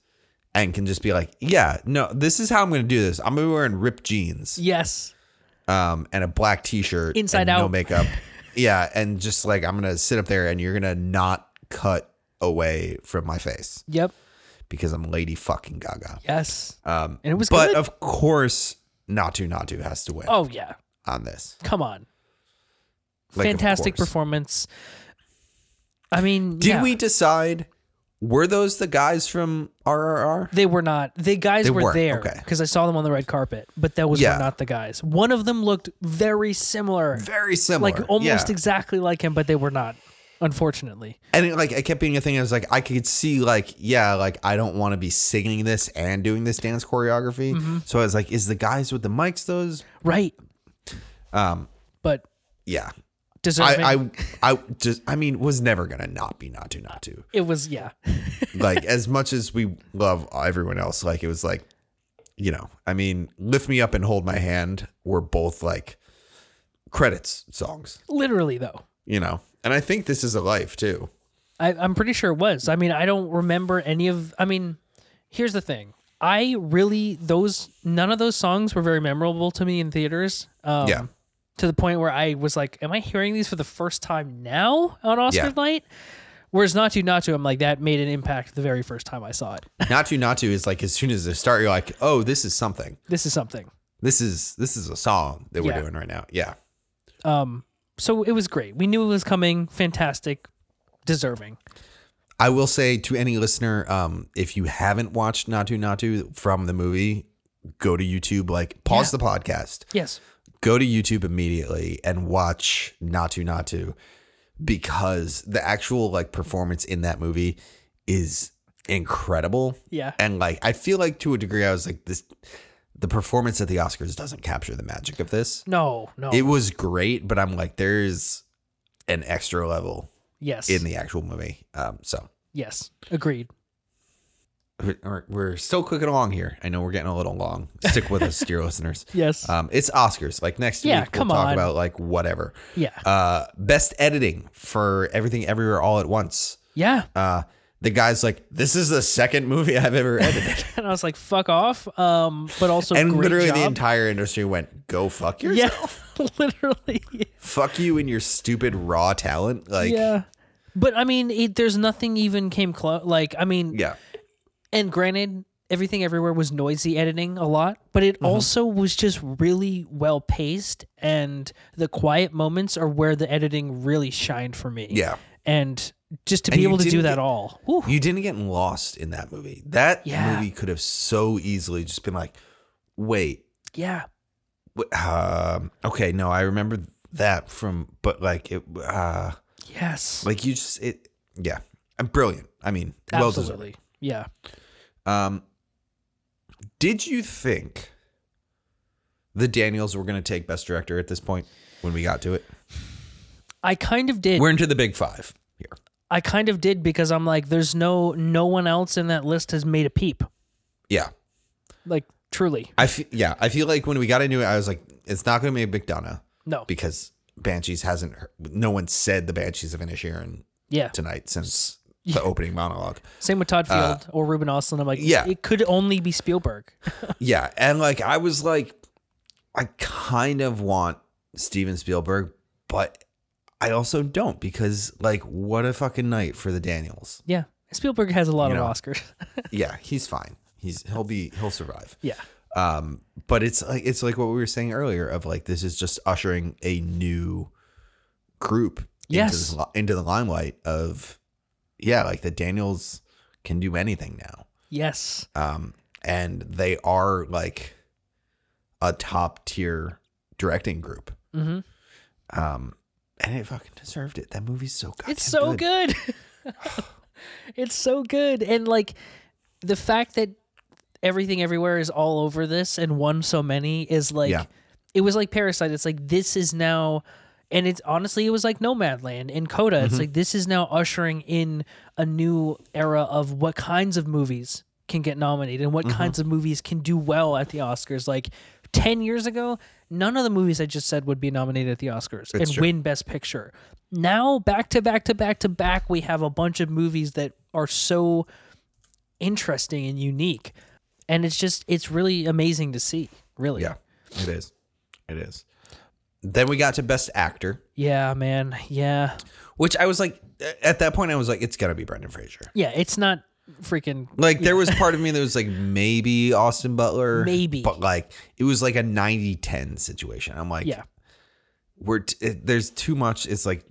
S3: And can just be like, yeah, no, this is how I'm going to do this. I'm going to be wearing ripped jeans.
S2: yes.
S3: um, and a black t-shirt,
S2: Inside
S3: and no
S2: out.
S3: makeup. yeah, and just like I'm gonna sit up there, and you're gonna not cut away from my face
S2: Yep.
S3: because I'm Lady Fucking Gaga.
S2: Yes.
S3: Um,
S2: And it was
S3: but
S2: good.
S3: of course, Natu Natu has to win
S2: oh yeah.
S3: on this.
S2: Come on.
S3: Like, of
S2: Fantastic
S3: course.
S2: performance. I mean,
S3: Did
S2: yeah.
S3: we decide? Were those the guys from RRR?
S2: They were not. The guys
S3: They
S2: were
S3: weren't,
S2: there
S3: okay.
S2: because I saw them on the red carpet, but those
S3: Yeah.
S2: were not the guys. One of them looked very similar,
S3: Very similar,
S2: like almost
S3: yeah.
S2: exactly like him, but they were not, unfortunately.
S3: and it, like I kept being a thing. I was like, I could see, like, yeah, like I don't want to be singing this and doing this dance choreography.
S2: Mm-hmm.
S3: So I was like, is the guys with the mics those?
S2: Right.
S3: Um,
S2: But
S3: yeah,
S2: deserving.
S3: I, I, I just, I mean, was never gonna not be not to not to.
S2: it was, yeah.
S3: Like as much as we love everyone else, like it was like, you know, I mean, lift me up and hold my hand were both like credits songs,
S2: Literally, though.
S3: you know. And I think this is a life too.
S2: I, I'm pretty sure it was. I mean, I don't remember any of. I mean, here's the thing. I really those none of those songs were very memorable to me in theaters. Um,
S3: Yeah.
S2: To the point where I was like, "Am I hearing these for the first time now on Oscar
S3: Yeah.
S2: night?" Whereas Natu Natu, I'm like, that made an impact the very first time I saw it.
S3: Not to not to is like as soon as they start, you're like, oh, this is something.
S2: this is something.
S3: This is this is a song that we're
S2: Yeah.
S3: doing right now. Yeah,
S2: Um, so it was great. We knew it was coming. Fantastic, deserving.
S3: I will say to any listener, um, if you haven't watched Natu Natu from the movie, go to YouTube, like pause the podcast,
S2: Yes.
S3: go to YouTube immediately and watch Natu Natu because the actual like performance in that movie is incredible.
S2: Yeah.
S3: And like I feel like to a degree I was like this the performance at the Oscars doesn't capture the magic of this.
S2: No, no.
S3: It was great, but I'm like there's an extra level
S2: yes.
S3: in the actual movie. Um so
S2: yes. Agreed.
S3: we're, we're still clicking along here. I know we're getting a little long. Stick with us, dear listeners.
S2: Yes.
S3: Um, it's Oscars. Like next
S2: Yeah,
S3: week, we'll
S2: come
S3: talk
S2: on.
S3: about like whatever.
S2: yeah.
S3: Uh, best editing for Everything Everywhere All at Once.
S2: Yeah.
S3: Uh, the guy's like, this is the second movie I've ever edited,
S2: And I was like, fuck off. Um, but also
S3: and
S2: great
S3: literally
S2: job.
S3: the entire industry went, "Go fuck yourself,
S2: yeah, literally.
S3: fuck you and your stupid raw talent." Like,
S2: yeah. But I mean, it, there's nothing even came close. Like, I mean,
S3: yeah,
S2: and granted, everything everywhere was noisy editing a lot, but
S3: Mm-hmm.
S2: it also was just really well paced, and the quiet moments are where the editing really shined for me.
S3: Yeah.
S2: and just to
S3: And
S2: be
S3: you
S2: able to do
S3: didn't
S2: that
S3: get-
S2: all. Whew.
S3: you didn't get lost in that movie. That
S2: Yeah.
S3: movie could have so easily just been like, "Wait,
S2: yeah,
S3: wh- um, okay, no, I remember that from, but like it, uh,
S2: yes,
S3: like you just it, yeah, I'm brilliant. I mean, well
S2: absolutely.
S3: deserved.
S2: yeah,
S3: Um, did you think the Daniels were going to take Best Director at this point when we got to it?
S2: I kind of did.
S3: We're into the big five here.
S2: I kind of did because I'm like, there's no no one else in that list has made a peep.
S3: Yeah,
S2: Like truly,
S3: I feel yeah, I feel like when we got into it, I was like, it's not going to be a McDonough
S2: no.
S3: because Banshees hasn't. heard- No one said the Banshees of Inisherin
S2: Yeah.
S3: tonight since the opening monologue.
S2: Same with Todd Field or Ruben Ostlund. I'm like,
S3: uh, yeah.
S2: it could only be Spielberg.
S3: Yeah, and like I was like, I kind of want Steven Spielberg, but I also don't because like, what a fucking night for the Daniels.
S2: Yeah. Spielberg has a lot
S3: You know.
S2: of Oscars.
S3: yeah, he's fine. He's he'll be he'll survive.
S2: yeah.
S3: Um, but it's like it's like what we were saying earlier of like this is just ushering a new group
S2: Yes.
S3: into, the, into the limelight of yeah, like the Daniels can do anything now.
S2: Yes.
S3: um, and they are like a top tier directing group.
S2: Mhm.
S3: Um, and it fucking deserved it. That movie's so good.
S2: It's so good. it's so good. And like the fact that everything everywhere is all over this and won so many is like
S3: Yeah.
S2: it was like Parasite. It's like this is now and it's honestly it was like Nomadland and Coda. It's
S3: Mm-hmm.
S2: like this is now ushering in a new era of what kinds of movies can get nominated and what
S3: Mm-hmm.
S2: kinds of movies can do well at the Oscars. Like 10 years ago, none of the movies I just said would be nominated at the Oscars and
S3: true.
S2: win Best Picture. Now, back to back to back to back, we have a bunch of movies that are so interesting and unique. And it's just, it's really amazing to see. Really.
S3: Yeah, it is. It is. Then we got to best actor,
S2: Yeah, man. Yeah.
S3: which I was like, at that point, I was like, it's gonna be Brendan Fraser.
S2: Yeah. It's not freaking.
S3: Like there was part of me that was like maybe Austin Butler,
S2: Maybe.
S3: but like it was like a 90-10 situation. I'm like,
S2: Yeah.
S3: we're t- it, there's too much. It's like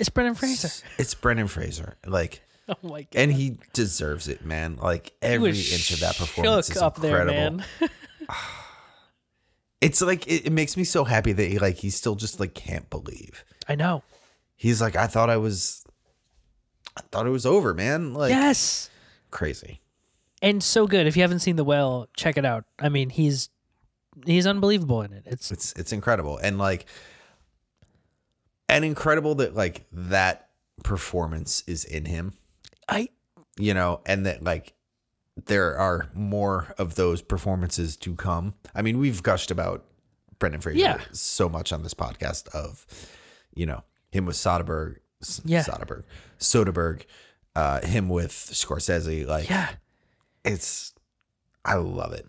S2: It's Brendan Fraser.
S3: it's Brendan Fraser. Like
S2: Oh my God.
S3: and he deserves it, man. Like
S2: He
S3: every
S2: was
S3: inch of that
S2: shook
S3: performance is incredible. It's like it, it makes me so happy that he like he still just like can't believe.
S2: I know.
S3: He's like, I thought I was, I thought it was over, man. Like
S2: yes.
S3: crazy.
S2: and so good. If you haven't seen The Whale, check it out. I mean, he's he's unbelievable in it. It's
S3: It's it's incredible and like, and incredible that like that performance is in him,
S2: I
S3: you know, and that like there are more of those performances to come. I mean, we've gushed about Brendan Fraser
S2: Yeah.
S3: so much on this podcast of, you know, him with Soderbergh, S-
S2: Yeah.
S3: Soderbergh, Soderbergh, uh, him with Scorsese. Like,
S2: yeah
S3: it's, I love it.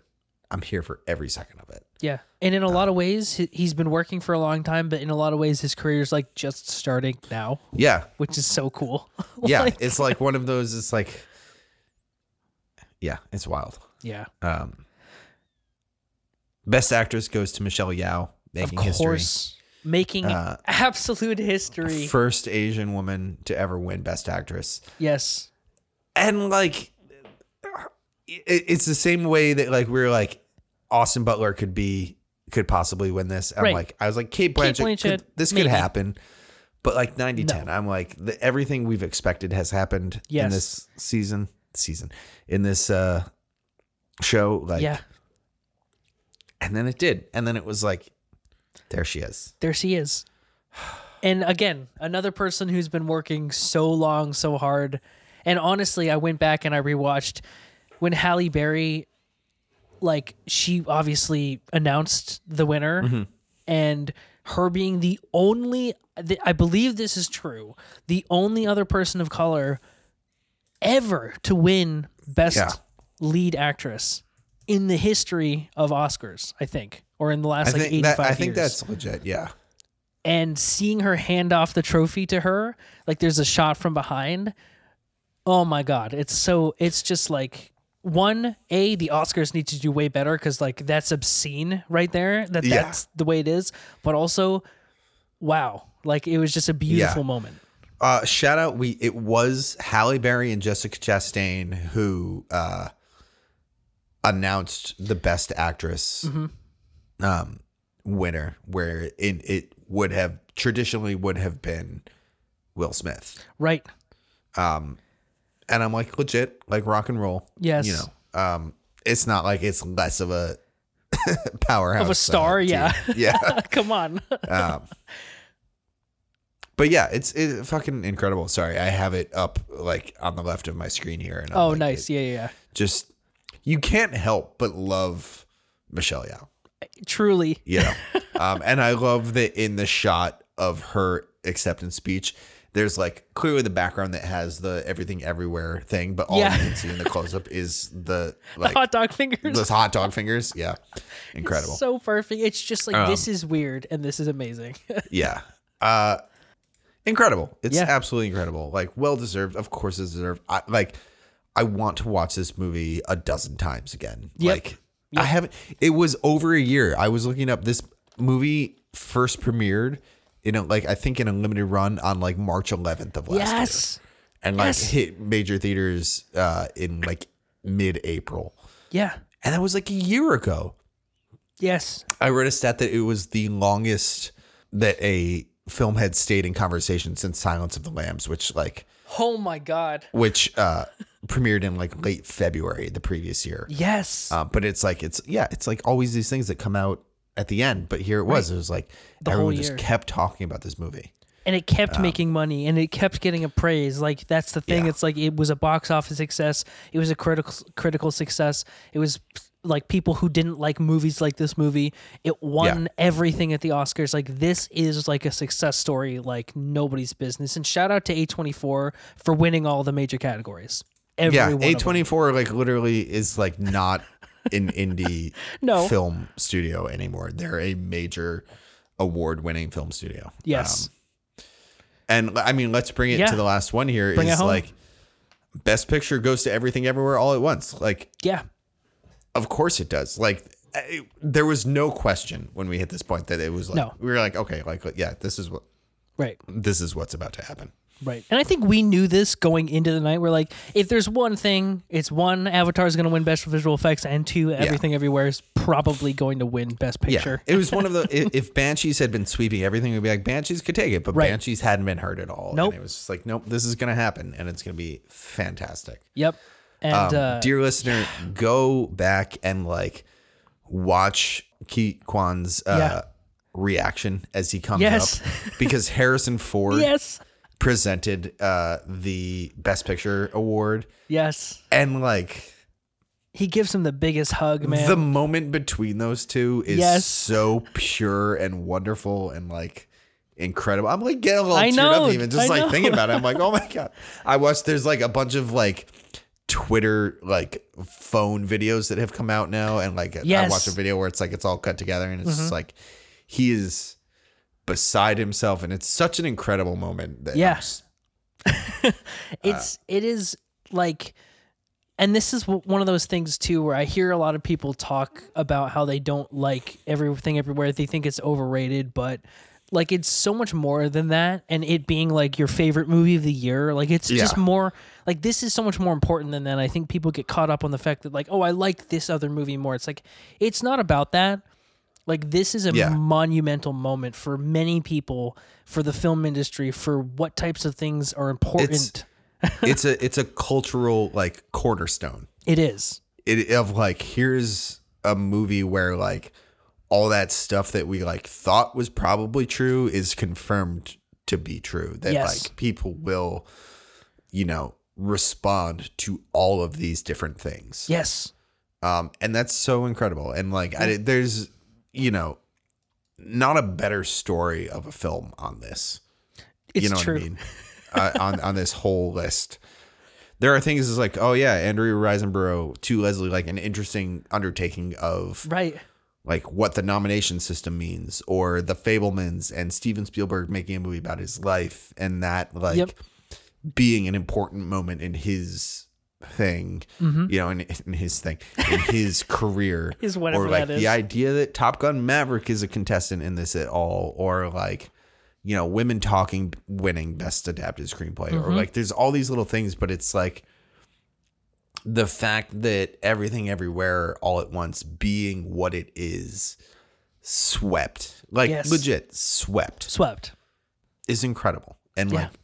S3: I'm here for every second of it.
S2: yeah. And
S3: uh,
S2: in a lot of ways, he- he's been working for a long time, but in a lot of ways, his career's like just starting now,
S3: Yeah.
S2: which is so cool.
S3: Yeah.
S2: Like,
S3: it's like one of those, it's like, yeah, it's wild.
S2: yeah.
S3: Um, best actress goes to Michelle Yao, making
S2: of
S3: history.
S2: course, making
S3: Uh,
S2: absolute history.
S3: First Asian woman to ever win Best Actress.
S2: yes.
S3: And like, it, it's the same way that like we are like, Austin Butler could be could possibly win this. I'm
S2: Right.
S3: like, I was like, Kate Blanchett,
S2: Blanchett,
S3: could, this
S2: maybe.
S3: could happen. But like 90
S2: No.
S3: 10, I'm like, the, everything we've expected has happened in
S2: Yes.
S3: this season, season, in this uh show. Like,
S2: yeah,
S3: and then it did. And then it was like, there she is.
S2: there she is. And again, another person who's been working so long, so hard. And honestly, I went back and I rewatched when Halle Berry, like, she obviously announced the winner,
S3: Mm-hmm.
S2: and her being the only, th- I believe this is true, the only other person of color ever to win Best
S3: Yeah.
S2: Lead Actress in the history of Oscars, I think, or in the last
S3: I
S2: like
S3: think
S2: 85
S3: that I
S2: years
S3: think that's legit. Yeah.
S2: and seeing her hand off the trophy to her, like there's a shot from behind. Oh my god, it's so it's just like one a the Oscars need to do way better because like that's obscene right there that
S3: Yeah.
S2: that's the way it is, but also wow, like it was just a beautiful moment.
S3: Uh, shout out. We it was Halle Berry and Jessica Chastain who uh, announced the Best Actress
S2: Mm-hmm.
S3: um, winner, where it, it would have traditionally would have been Will Smith.
S2: Right?
S3: Um, and I'm like legit, like rock and roll.
S2: Yes.
S3: you know. Um, it's not like it's less of a powerhouse
S2: Of a star,
S3: uh,
S2: yeah.
S3: team. yeah.
S2: Ah, Come on.
S3: Um, but yeah, it's it's fucking incredible. Sorry, I have it up like on the left of my screen here. And I'm
S2: oh,
S3: like,
S2: nice.
S3: it-
S2: Yeah, yeah, yeah.
S3: Just you can't help but love Michelle Yao.
S2: Truly.
S3: You know, um, and I love that in the shot of her acceptance speech. There's like clearly the background that has the everything everywhere thing, but all
S2: Yeah.
S3: you can see in the close up is the like
S2: Hot dog fingers.
S3: those hot dog fingers. Yeah, incredible. Um,
S2: So perfect. It's just like this is weird and this is amazing.
S3: Yeah. Uh incredible. It's
S2: Yeah.
S3: absolutely incredible. Like well deserved. Of course it's deserved. I like I want to watch this movie a dozen times again.
S2: Yep.
S3: Like I haven't it was over a year. I was looking up this movie first premiered in a, like I think in a limited run on like March 11th of last year.
S2: yes.
S3: And like
S2: yes.
S3: hit major theaters uh in like mid-April.
S2: Yeah.
S3: And that was like a year ago.
S2: Yes.
S3: I read a stat that it was the longest that a film had stayed in conversation since Silence of the Lambs, which like
S2: Oh my god.
S3: which uh premiered in like late February the previous year.
S2: Yes.
S3: Uh, but it's like it's yeah, it's like always these things that come out at the end. But here it was. It was like
S2: whole
S3: everyone
S2: year.
S3: just kept talking about this movie.
S2: and it kept making money and it kept getting appraised. Like that's the thing.
S3: um, Yeah.
S2: It's like it was a box office success. It was a critical critical success. It was like people who didn't like movies like this movie. It won everything at the Oscars. Like this is like a success story like nobody's business. And shout out to A24 for winning all the major categories. Every
S3: Yeah,
S2: one of them.
S3: A twenty four like literally is like not an indie
S2: No.
S3: film studio anymore. They're a major award winning film studio.
S2: Yes.
S3: Um, and I mean, let's bring it
S2: Yeah.
S3: to the last one here. Is
S2: Bring it home.
S3: like best picture goes to everything everywhere all at once. Like,
S2: yeah.
S3: of course it does. Like, I- there was no question when we hit this point that it was like
S2: No.
S3: we were like, okay, like yeah, this is what
S2: Right.
S3: this is what's about to happen.
S2: Right. And I think we knew this going into the night. We're like, if there's one thing, it's one Avatar is going to win Best Visual Effects, and two, Everything Everywhere is probably going to win Best
S3: Yeah,
S2: Picture.
S3: it was one of the i- if Banshees had been sweeping everything, we'd be like Banshees could take it, but
S2: Right.
S3: Banshees hadn't been hurt at all.
S2: Nope.
S3: And it was just like, nope, this is gonna happen, and it's gonna be fantastic.
S2: Yep. And
S3: um,
S2: uh,
S3: dear listener, go back and like watch Ki Kwan's uh, reaction as he comes
S2: Yes.
S3: up because Harrison Ford
S2: yes,
S3: presented uh, the Best Picture award
S2: yes,
S3: and like
S2: he gives him the biggest hug, man.
S3: the moment between those two is
S2: Yes.
S3: so pure and wonderful and like incredible. I'm like getting a little
S2: I
S3: teared
S2: know,
S3: up even just
S2: I
S3: like
S2: know.
S3: thinking about it. I'm like, oh my god. I watched there's like a bunch of like Twitter like phone videos that have come out now and like I
S2: Yes. Mm-hmm.
S3: watched a video where it's like it's all cut together and it's just like he is beside himself and it's such an incredible moment that I'm
S2: Yeah.
S3: just- Uh.
S2: it's it is like and this is w- one of those things too where i hear a lot of people talk about how they don't like everything everywhere they think it's overrated but like it's so much more than that and it being like your favorite movie of the year like it's just
S3: Yeah.
S2: more like this is so much more important than that i think people get caught up on the fact that like oh i like this other movie more it's like it's not about that Like this is a
S3: Yeah.
S2: monumental moment for many people, for the film industry, for what types of things are important.
S3: It's- it's a it's a cultural like cornerstone.
S2: it is.
S3: it of like here's a movie where like all that stuff that we like thought was probably true is confirmed to be true that
S2: Yes.
S3: like people will you know respond to all of these different things
S2: Yes.
S3: um and that's so incredible and like I, there's you know not a better story of a film on this
S2: It's
S3: you know
S2: true.
S3: what I mean? uh, on on this whole list, there are things is like, oh yeah, Andrew Risenborough to Leslie, like an interesting undertaking of
S2: Right.
S3: like what the nomination system means, or the Fablemans and Steven Spielberg making a movie about his life, and that like
S2: Yep.
S3: being an important moment in his thing,
S2: Mhm.
S3: you know, in, in his thing, in his career,
S2: Is whatever
S3: or like
S2: that is.
S3: the idea that Top Gun Maverick is a contestant in this at all, or like you know, women talking winning best adapted screenplay, or
S2: Mhm.
S3: like there's all these little things, but it's like the fact that everything everywhere all at once being what it is swept like
S2: Yes.
S3: legit swept
S2: Swept.
S3: is incredible and
S2: Yeah.
S3: like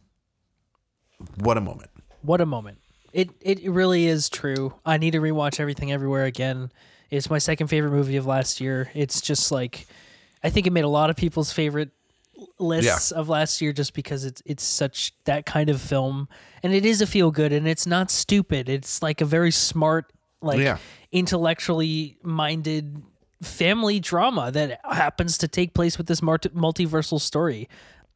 S3: what a moment
S2: What a moment. It it really is true. I need to rewatch everything everywhere again. It's my second favorite movie of last year. It's just like I think it made a lot of people's favorite lists of last year just because it's it's such that kind of film and it is a feel good and it's not stupid. It's like a very smart like
S3: Yeah.
S2: intellectually minded family drama that happens to take place with this multi- multiversal story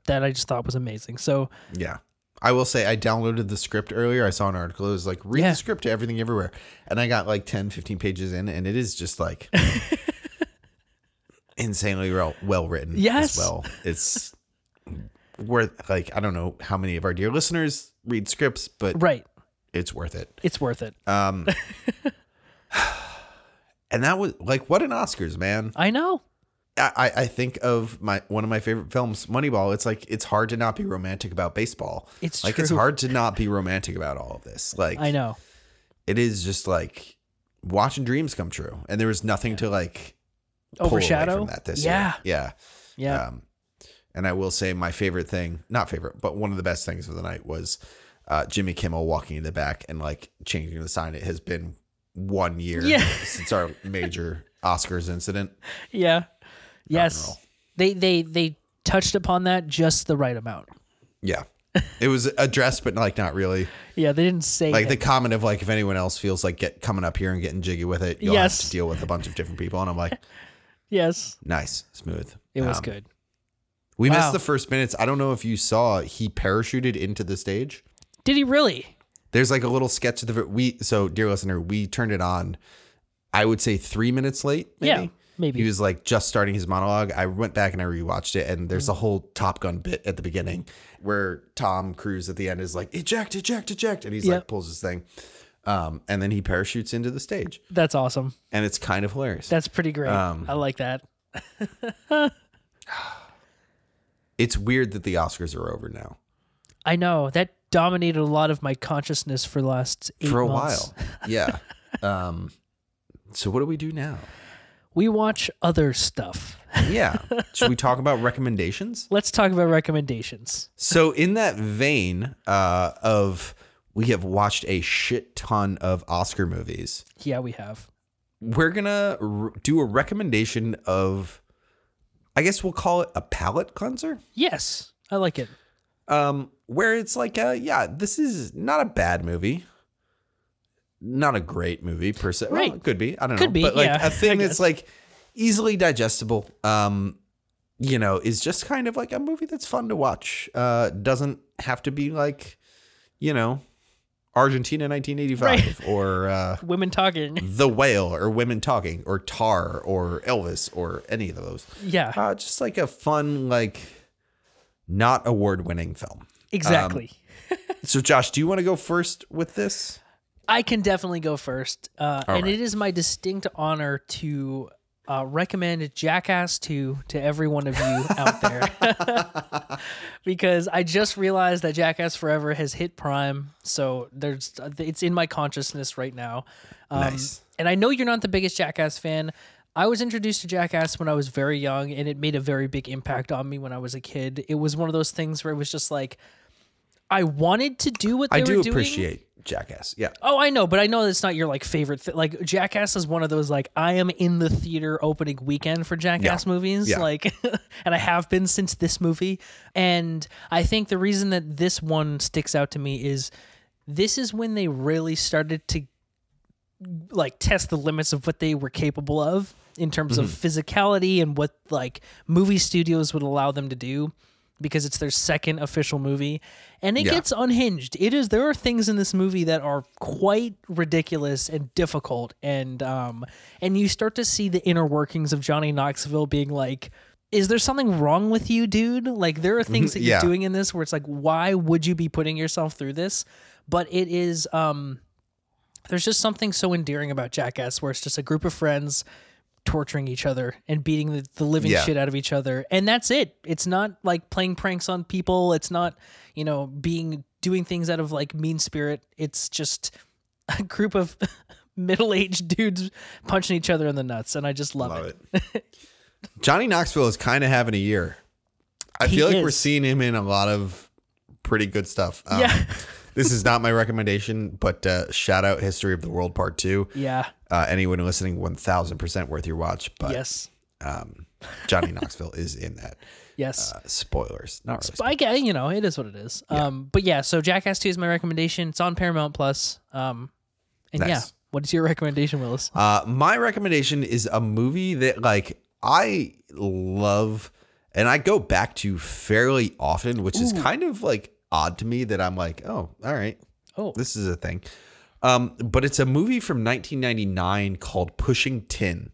S2: that I just thought was amazing. So
S3: Yeah. I will say I downloaded the script earlier. I saw an article. It was like, read
S2: Yeah.
S3: the script to everything everywhere. And I got like 10, 15 pages in, and it is just like insanely well, well written as
S2: Yes.
S3: well. It's worth, like, I don't know how many of our dear listeners read scripts, but
S2: right,
S3: it's worth it.
S2: it's worth it.
S3: Um, and that was like, what an Oscars, man.
S2: I know.
S3: I, I- I think of my one of my favorite films, Moneyball. It's like, it's hard to not be romantic about baseball
S2: It's
S3: like
S2: true.
S3: it's hard to not be romantic about all of this like
S2: I know.
S3: it is just like watching dreams come true and there was nothing to like pull away
S2: Overshadow.
S3: from that this
S2: yeah.
S3: year yeah
S2: Yeah.
S3: um and i will say my favorite thing not favorite but one of the best things of the night was uh jimmy kimmel walking in the back and like changing the sign it has been one year
S2: Yeah.
S3: since our major oscars incident
S2: Yeah. Yes.
S3: roll.
S2: They they they touched upon that just the right amount.
S3: yeah it was addressed but like not really
S2: Yeah, they didn't say
S3: like
S2: it.
S3: the comment of like if anyone else feels like get coming up here and getting jiggy with it you'll
S2: Yes.
S3: have to deal with a bunch of different people and i'm like
S2: yes.
S3: Nice, smooth.
S2: It was
S3: Um,
S2: good.
S3: We
S2: Wow.
S3: missed the first minutes. I don't know if you saw. He parachuted into the stage.
S2: Did he really?
S3: There's like a little sketch of the we. So, dear listener, we turned it on. I would say three minutes late. Maybe.
S2: Yeah. Maybe.
S3: He was like just starting his monologue. I went back and I rewatched it, and
S2: Mm.
S3: there's a whole Top Gun bit at the beginning where Tom Cruise at the end is like eject, eject, eject, and he's
S2: Yeah.
S3: like pulls his thing, um, and then he parachutes into the stage,
S2: That's awesome.
S3: and it's kind of hilarious.
S2: That's pretty great.
S3: Um,
S2: I like that.
S3: it's weird that the Oscars are over now.
S2: I know. That dominated a lot of my consciousness for the last eight
S3: for a
S2: months.
S3: while. Yeah. um, so what do we do now?
S2: We watch other stuff.
S3: Yeah. Should we talk about recommendations?
S2: Let's talk about recommendations.
S3: So in that vein uh, of we have watched a shit ton of Oscar movies,
S2: Yeah, we have.
S3: we're gonna r- do a recommendation of, I guess we'll call it a palate cleanser.
S2: Yes. I like it.
S3: um, where it's like, uh, yeah, this is not a bad movie, not a great movie per se. Well,
S2: Right.
S3: it could be. I don't
S2: Could
S3: know,
S2: be,
S3: but like
S2: yeah,
S3: a
S2: I
S3: thing
S2: guess.
S3: that's like easily digestible. Um, you know, is just kind of like a movie that's fun to watch. Uh, doesn't have to be like, you know, Argentina 1985 or uh,
S2: Women talking.
S3: The Whale or Women Talking or Tar or Elvis or any of those.
S2: Yeah.
S3: Uh, just like a fun, like not award winning film.
S2: Exactly.
S3: So, Josh, do you want to go first with this?
S2: I can definitely go first. Uh,
S3: All
S2: and
S3: right.
S2: it is my distinct honor to uh, recommend Jackass 2 to every one of you out there. because I just realized that Jackass Forever has hit prime. So there's it's in my consciousness right now. Um,
S3: Nice.
S2: And I know you're not the biggest Jackass fan. I was introduced to Jackass when I was very young, and it made a very big impact on me when I was a kid. It was one of those things where it was just like, I wanted to do what they
S3: I do
S2: were doing.
S3: appreciate Jackass. Yeah.
S2: Oh, I know, but I know it's not your like favorite. Th- like Jackass is one of those like I am in the theater opening weekend for Jackass movies.
S3: Yeah.
S2: Like, and I have been since this movie. And I think the reason that this one sticks out to me is this is when they really started to like test the limits of what they were capable of in terms of
S3: Mm-hmm.
S2: physicality and what like movie studios would allow them to do because it's their second official movie and it
S3: Yeah.
S2: gets unhinged it is there are things in this movie that are quite ridiculous and difficult and um and you start to see the inner workings of johnny knoxville being like is there something wrong with you dude like there are things that you're
S3: Mm-hmm. Yeah.
S2: doing in this where it's like why would you be putting yourself through this but it is um there's just something so endearing about Jackass where it's just a group of friends torturing each other and beating the, the living
S3: Yeah.
S2: shit out of each other. And that's it. It's not like playing pranks on people. It's not, you know, being doing things out of like mean spirit. It's just a group of middle aged dudes punching each other in the nuts. And I just love,
S3: Love
S2: it.
S3: it. Johnny Knoxville is kind of having a year. I
S2: He
S3: feel like we're
S2: is.
S3: seeing him in a lot of pretty good stuff. Um,
S2: Yeah.
S3: this is not my recommendation, but uh, shout out History of the World Part 2.
S2: Yeah.
S3: Uh, anyone listening, 1000% worth your watch. But
S2: yes.
S3: um, Johnny Knoxville is in that.
S2: Yes.
S3: Uh, spoilers. Not really.
S2: But I get, you know, it is what it is. Um, but yeah, so Jackass 2 is my recommendation. It's on Paramount Plus. Um, and yeah,
S3: Nice.
S2: what is your recommendation, Willis?
S3: Uh, my recommendation is a movie that like I love and I go back to fairly often, which is kind of like odd to me that I'm like, oh, all right,
S2: Oh,
S3: this is a thing. Um, but it's a movie from 1999 called Pushing Tin.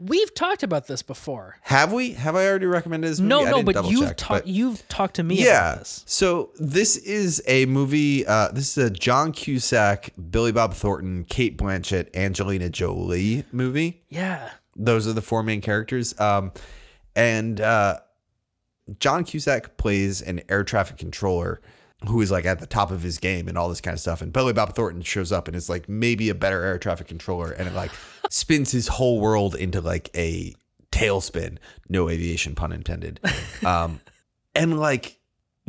S2: we've talked about this before.
S3: Have we? Have I already recommended this movie?
S2: No,
S3: I
S2: no,
S3: didn't
S2: but
S3: double
S2: you've
S3: check,
S2: talked
S3: but-
S2: you've talked to me
S3: yeah.
S2: about this.
S3: So this is a movie. Uh, this is a John Cusack, Billy Bob Thornton, Kate Blanchett, Angelina Jolie movie.
S2: Yeah.
S3: those are the four main characters. Um, and uh, John Cusack plays an air traffic controller who is like at the top of his game and all this kind of stuff. And Billy Bob Thornton shows up and is like maybe a better air traffic controller, and it like spins his whole world into like a tailspin. No aviation pun intended. Um, and like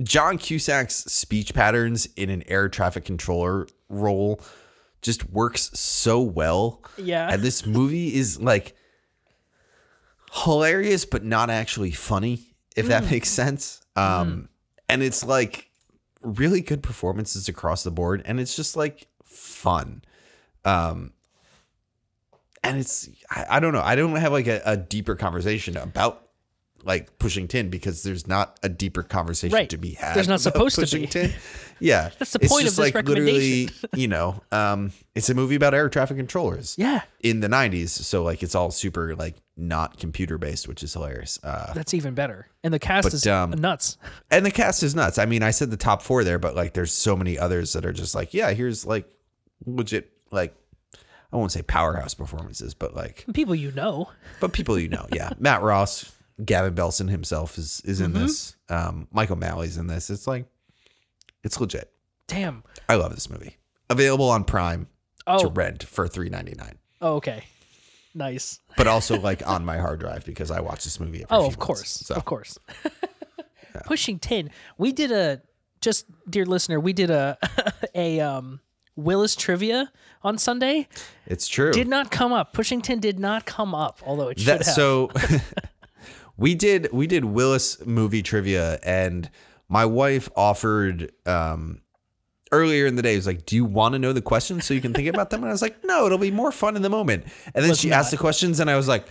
S3: John Cusack's speech patterns in an air traffic controller role just works so well
S2: Yeah.
S3: and this movie is like hilarious but not actually funny if that
S2: Mm.
S3: makes sense um and it's like really good performances across the board and it's just like fun um and it's i, I don't know i don't have like a, a deeper conversation about like pushing tin because there's not a deeper conversation
S2: Right.
S3: to be had
S2: There's not
S3: about
S2: supposed to
S3: pushing
S2: be.
S3: tin yeah
S2: That's the
S3: It's
S2: point of
S3: just,
S2: this
S3: literally, you know um it's a movie about air traffic controllers
S2: Yeah.
S3: in the 90s so like it's all super like not computer based which is hilarious uh
S2: That's even better. And the cast
S3: But,
S2: is
S3: um,
S2: nuts.
S3: and the cast is nuts i mean i said the top four there but like there's so many others that are just like yeah here's like legit like i won't say powerhouse performances but like
S2: People you know.
S3: but people you know yeah matt ross gavin belson himself is is
S2: Mm-hmm.
S3: in this um michael malley's in this it's like it's legit
S2: Damn.
S3: i love this movie available on prime to
S2: Oh,
S3: rent for 3.99
S2: oh okay. Nice.
S3: but also like on my hard drive because i watch this movie every
S2: Oh,
S3: few
S2: of
S3: months.
S2: course.
S3: so
S2: Of course. Pushing 10. We did a just dear listener, we did a a um Willis trivia on Sunday.
S3: it's true
S2: Did not come up. Pushing 10 did not come up, although it should
S3: that
S2: have.
S3: so we did we did Willis movie trivia and my wife offered um earlier in the day was like do you want to know the questions so you can think about them and I was like no it'll be more fun in the moment and then she asked the questions and I was like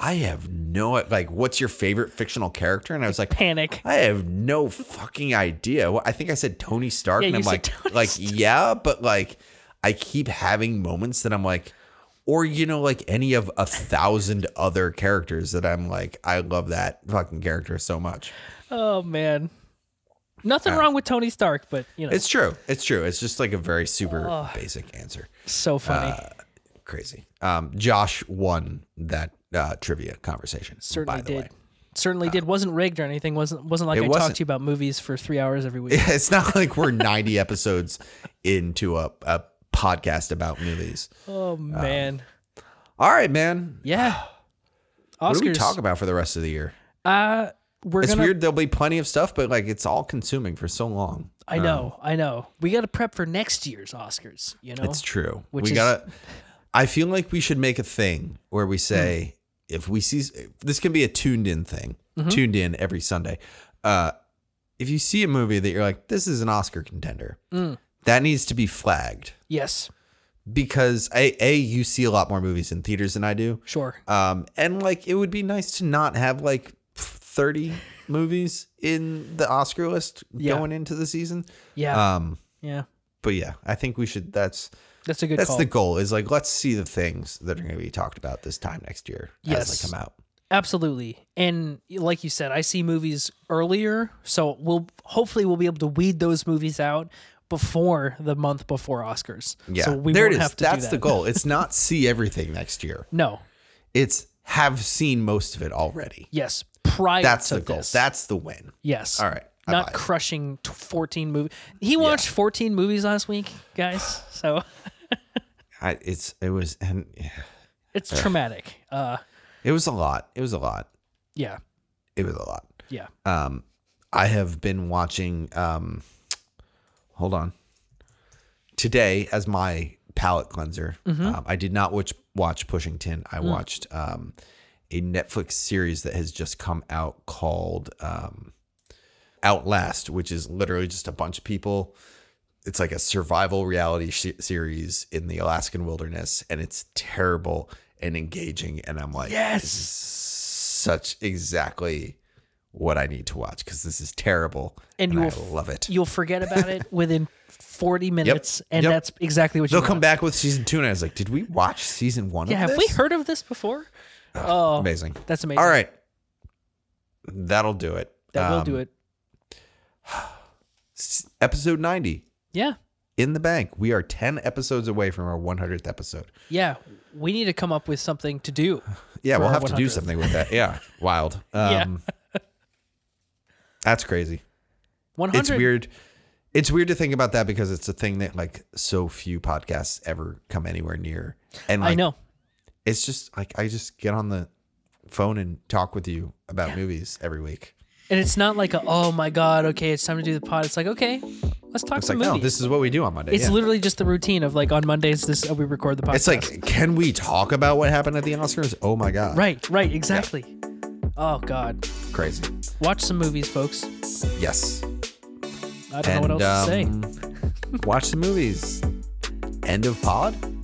S3: I have no like what's your favorite fictional character and I was like
S2: Panic.
S3: I have no fucking idea. Well, I think I said Tony Stark,
S2: Yeah,
S3: and
S2: you
S3: I'm
S2: said
S3: like,
S2: Tony
S3: like yeah, but like, I keep having moments that I'm like, or you know, like any of a thousand other characters that I'm like, I love that fucking character so much.
S2: Oh man. Nothing wrong with Tony Stark, but you know,
S3: Uh, It's true. It's true. It's just like a very super basic answer.
S2: so funny.
S3: uh, Crazy. Um, Josh won that uh, trivia conversation.
S2: Certainly
S3: by the
S2: did.
S3: Way. Uh,
S2: Certainly did. Wasn't rigged or anything. wasn't wasn't like
S3: It
S2: I talked
S3: wasn't.
S2: to you about movies for three hours every week.
S3: It's not like we're 90 episodes into a, a podcast about movies.
S2: oh man.
S3: All right, man.
S2: Yeah. Oscars.
S3: What do we talk about for the rest of the year?
S2: Uh, we're
S3: it's
S2: gonna.
S3: weird. There'll be plenty of stuff, but like it's all consuming for so long.
S2: I know. I know. We got to prep for next year's Oscars. You know.
S3: uh, It's true.
S2: Which
S3: we
S2: is-
S3: gotta. I feel like we should make a thing where we say if we see this can be a tuned in thing,
S2: Mm-hmm.
S3: tuned in every Sunday. Uh, if you see a movie that you're like, this is an Oscar contender,
S2: Mm.
S3: that needs to be flagged
S2: yes.
S3: because a a you see a lot more movies in theaters than I do.
S2: Sure.
S3: Um, and like it would be nice to not have like thirty movies in the Oscar list
S2: Yeah.
S3: going into the season.
S2: Yeah.
S3: Um,
S2: yeah.
S3: but yeah, I think we should. That's
S2: That's a good
S3: that's
S2: call.
S3: the goal. Is like let's see the things that are going to be talked about this time next year as
S2: Yes.
S3: they come out.
S2: Absolutely. And like you said, I see movies earlier, so we'll hopefully we'll be able to weed those movies out before the month before Oscars.
S3: Yeah,
S2: So we
S3: there
S2: won't
S3: it is.
S2: have to
S3: that's
S2: do that.
S3: the goal. It's not see everything next year.
S2: No.
S3: It's have seen most of it already.
S2: Yes. Prior
S3: That's
S2: to
S3: the goal.
S2: this.
S3: That's the win.
S2: yes.
S3: All right. I buy
S2: Not
S3: it.
S2: crushing t- 14 movies. He watched 14 movies last week, guys. So
S3: I, it's it was and
S2: it's traumatic. Uh
S3: it was a lot. It was a lot.
S2: yeah.
S3: It was a lot.
S2: Yeah.
S3: Um, I have been watching. Um, hold on. Today, as my palate cleanser, um, I did not watch watch Pushington. I watched um, a Netflix series that has just come out called um, Outlast, which is literally just a bunch of people. It's like a survival reality sh- series in the Alaskan wilderness, and it's terrible and engaging. And I'm like,
S2: Yes.
S3: this is such exactly what I need to watch because this is terrible and,
S2: And you
S3: I
S2: will f-
S3: love it.
S2: You'll forget about it within 40 minutes and
S3: Yep.
S2: that's exactly what you
S3: They'll
S2: want.
S3: come back with season two, and I was like, did we watch season one?
S2: Yeah,
S3: of
S2: have
S3: this?
S2: we heard of this before? Oh,
S3: Amazing.
S2: that's amazing.
S3: All right, that'll do it.
S2: That will do
S3: Um,
S2: it.
S3: s- Episode ninety
S2: Yeah.
S3: in the bank. We are ten episodes away from our one hundredth episode.
S2: Yeah. We need to come up with something to do.
S3: Yeah,
S2: For
S3: we'll
S2: our
S3: have to do
S2: 100th.
S3: something with that. Yeah, wild.
S2: Yeah.
S3: Um, that's crazy.
S2: 100.
S3: It's weird. It's weird to think about that because it's a thing that like so few podcasts ever come anywhere near. And
S2: I
S3: like,
S2: know.
S3: it's just like I just get on the phone and talk with you about movies every week.
S2: And it's not like, a, oh my God, okay, it's time to do the pod. It's like, okay, let's talk
S3: It's
S2: some
S3: like, no,
S2: movies.
S3: this is what we do on Monday.
S2: it's
S3: yeah.
S2: literally just the routine of like on Mondays, this uh, we record the podcast.
S3: it's like, can we talk about what happened at the Oscars? Oh my god,
S2: right, right, exactly. Oh God.
S3: Crazy.
S2: Watch some movies, folks.
S3: Yes.
S2: I don't know what else to say.
S3: um, watch the movies. End of pod.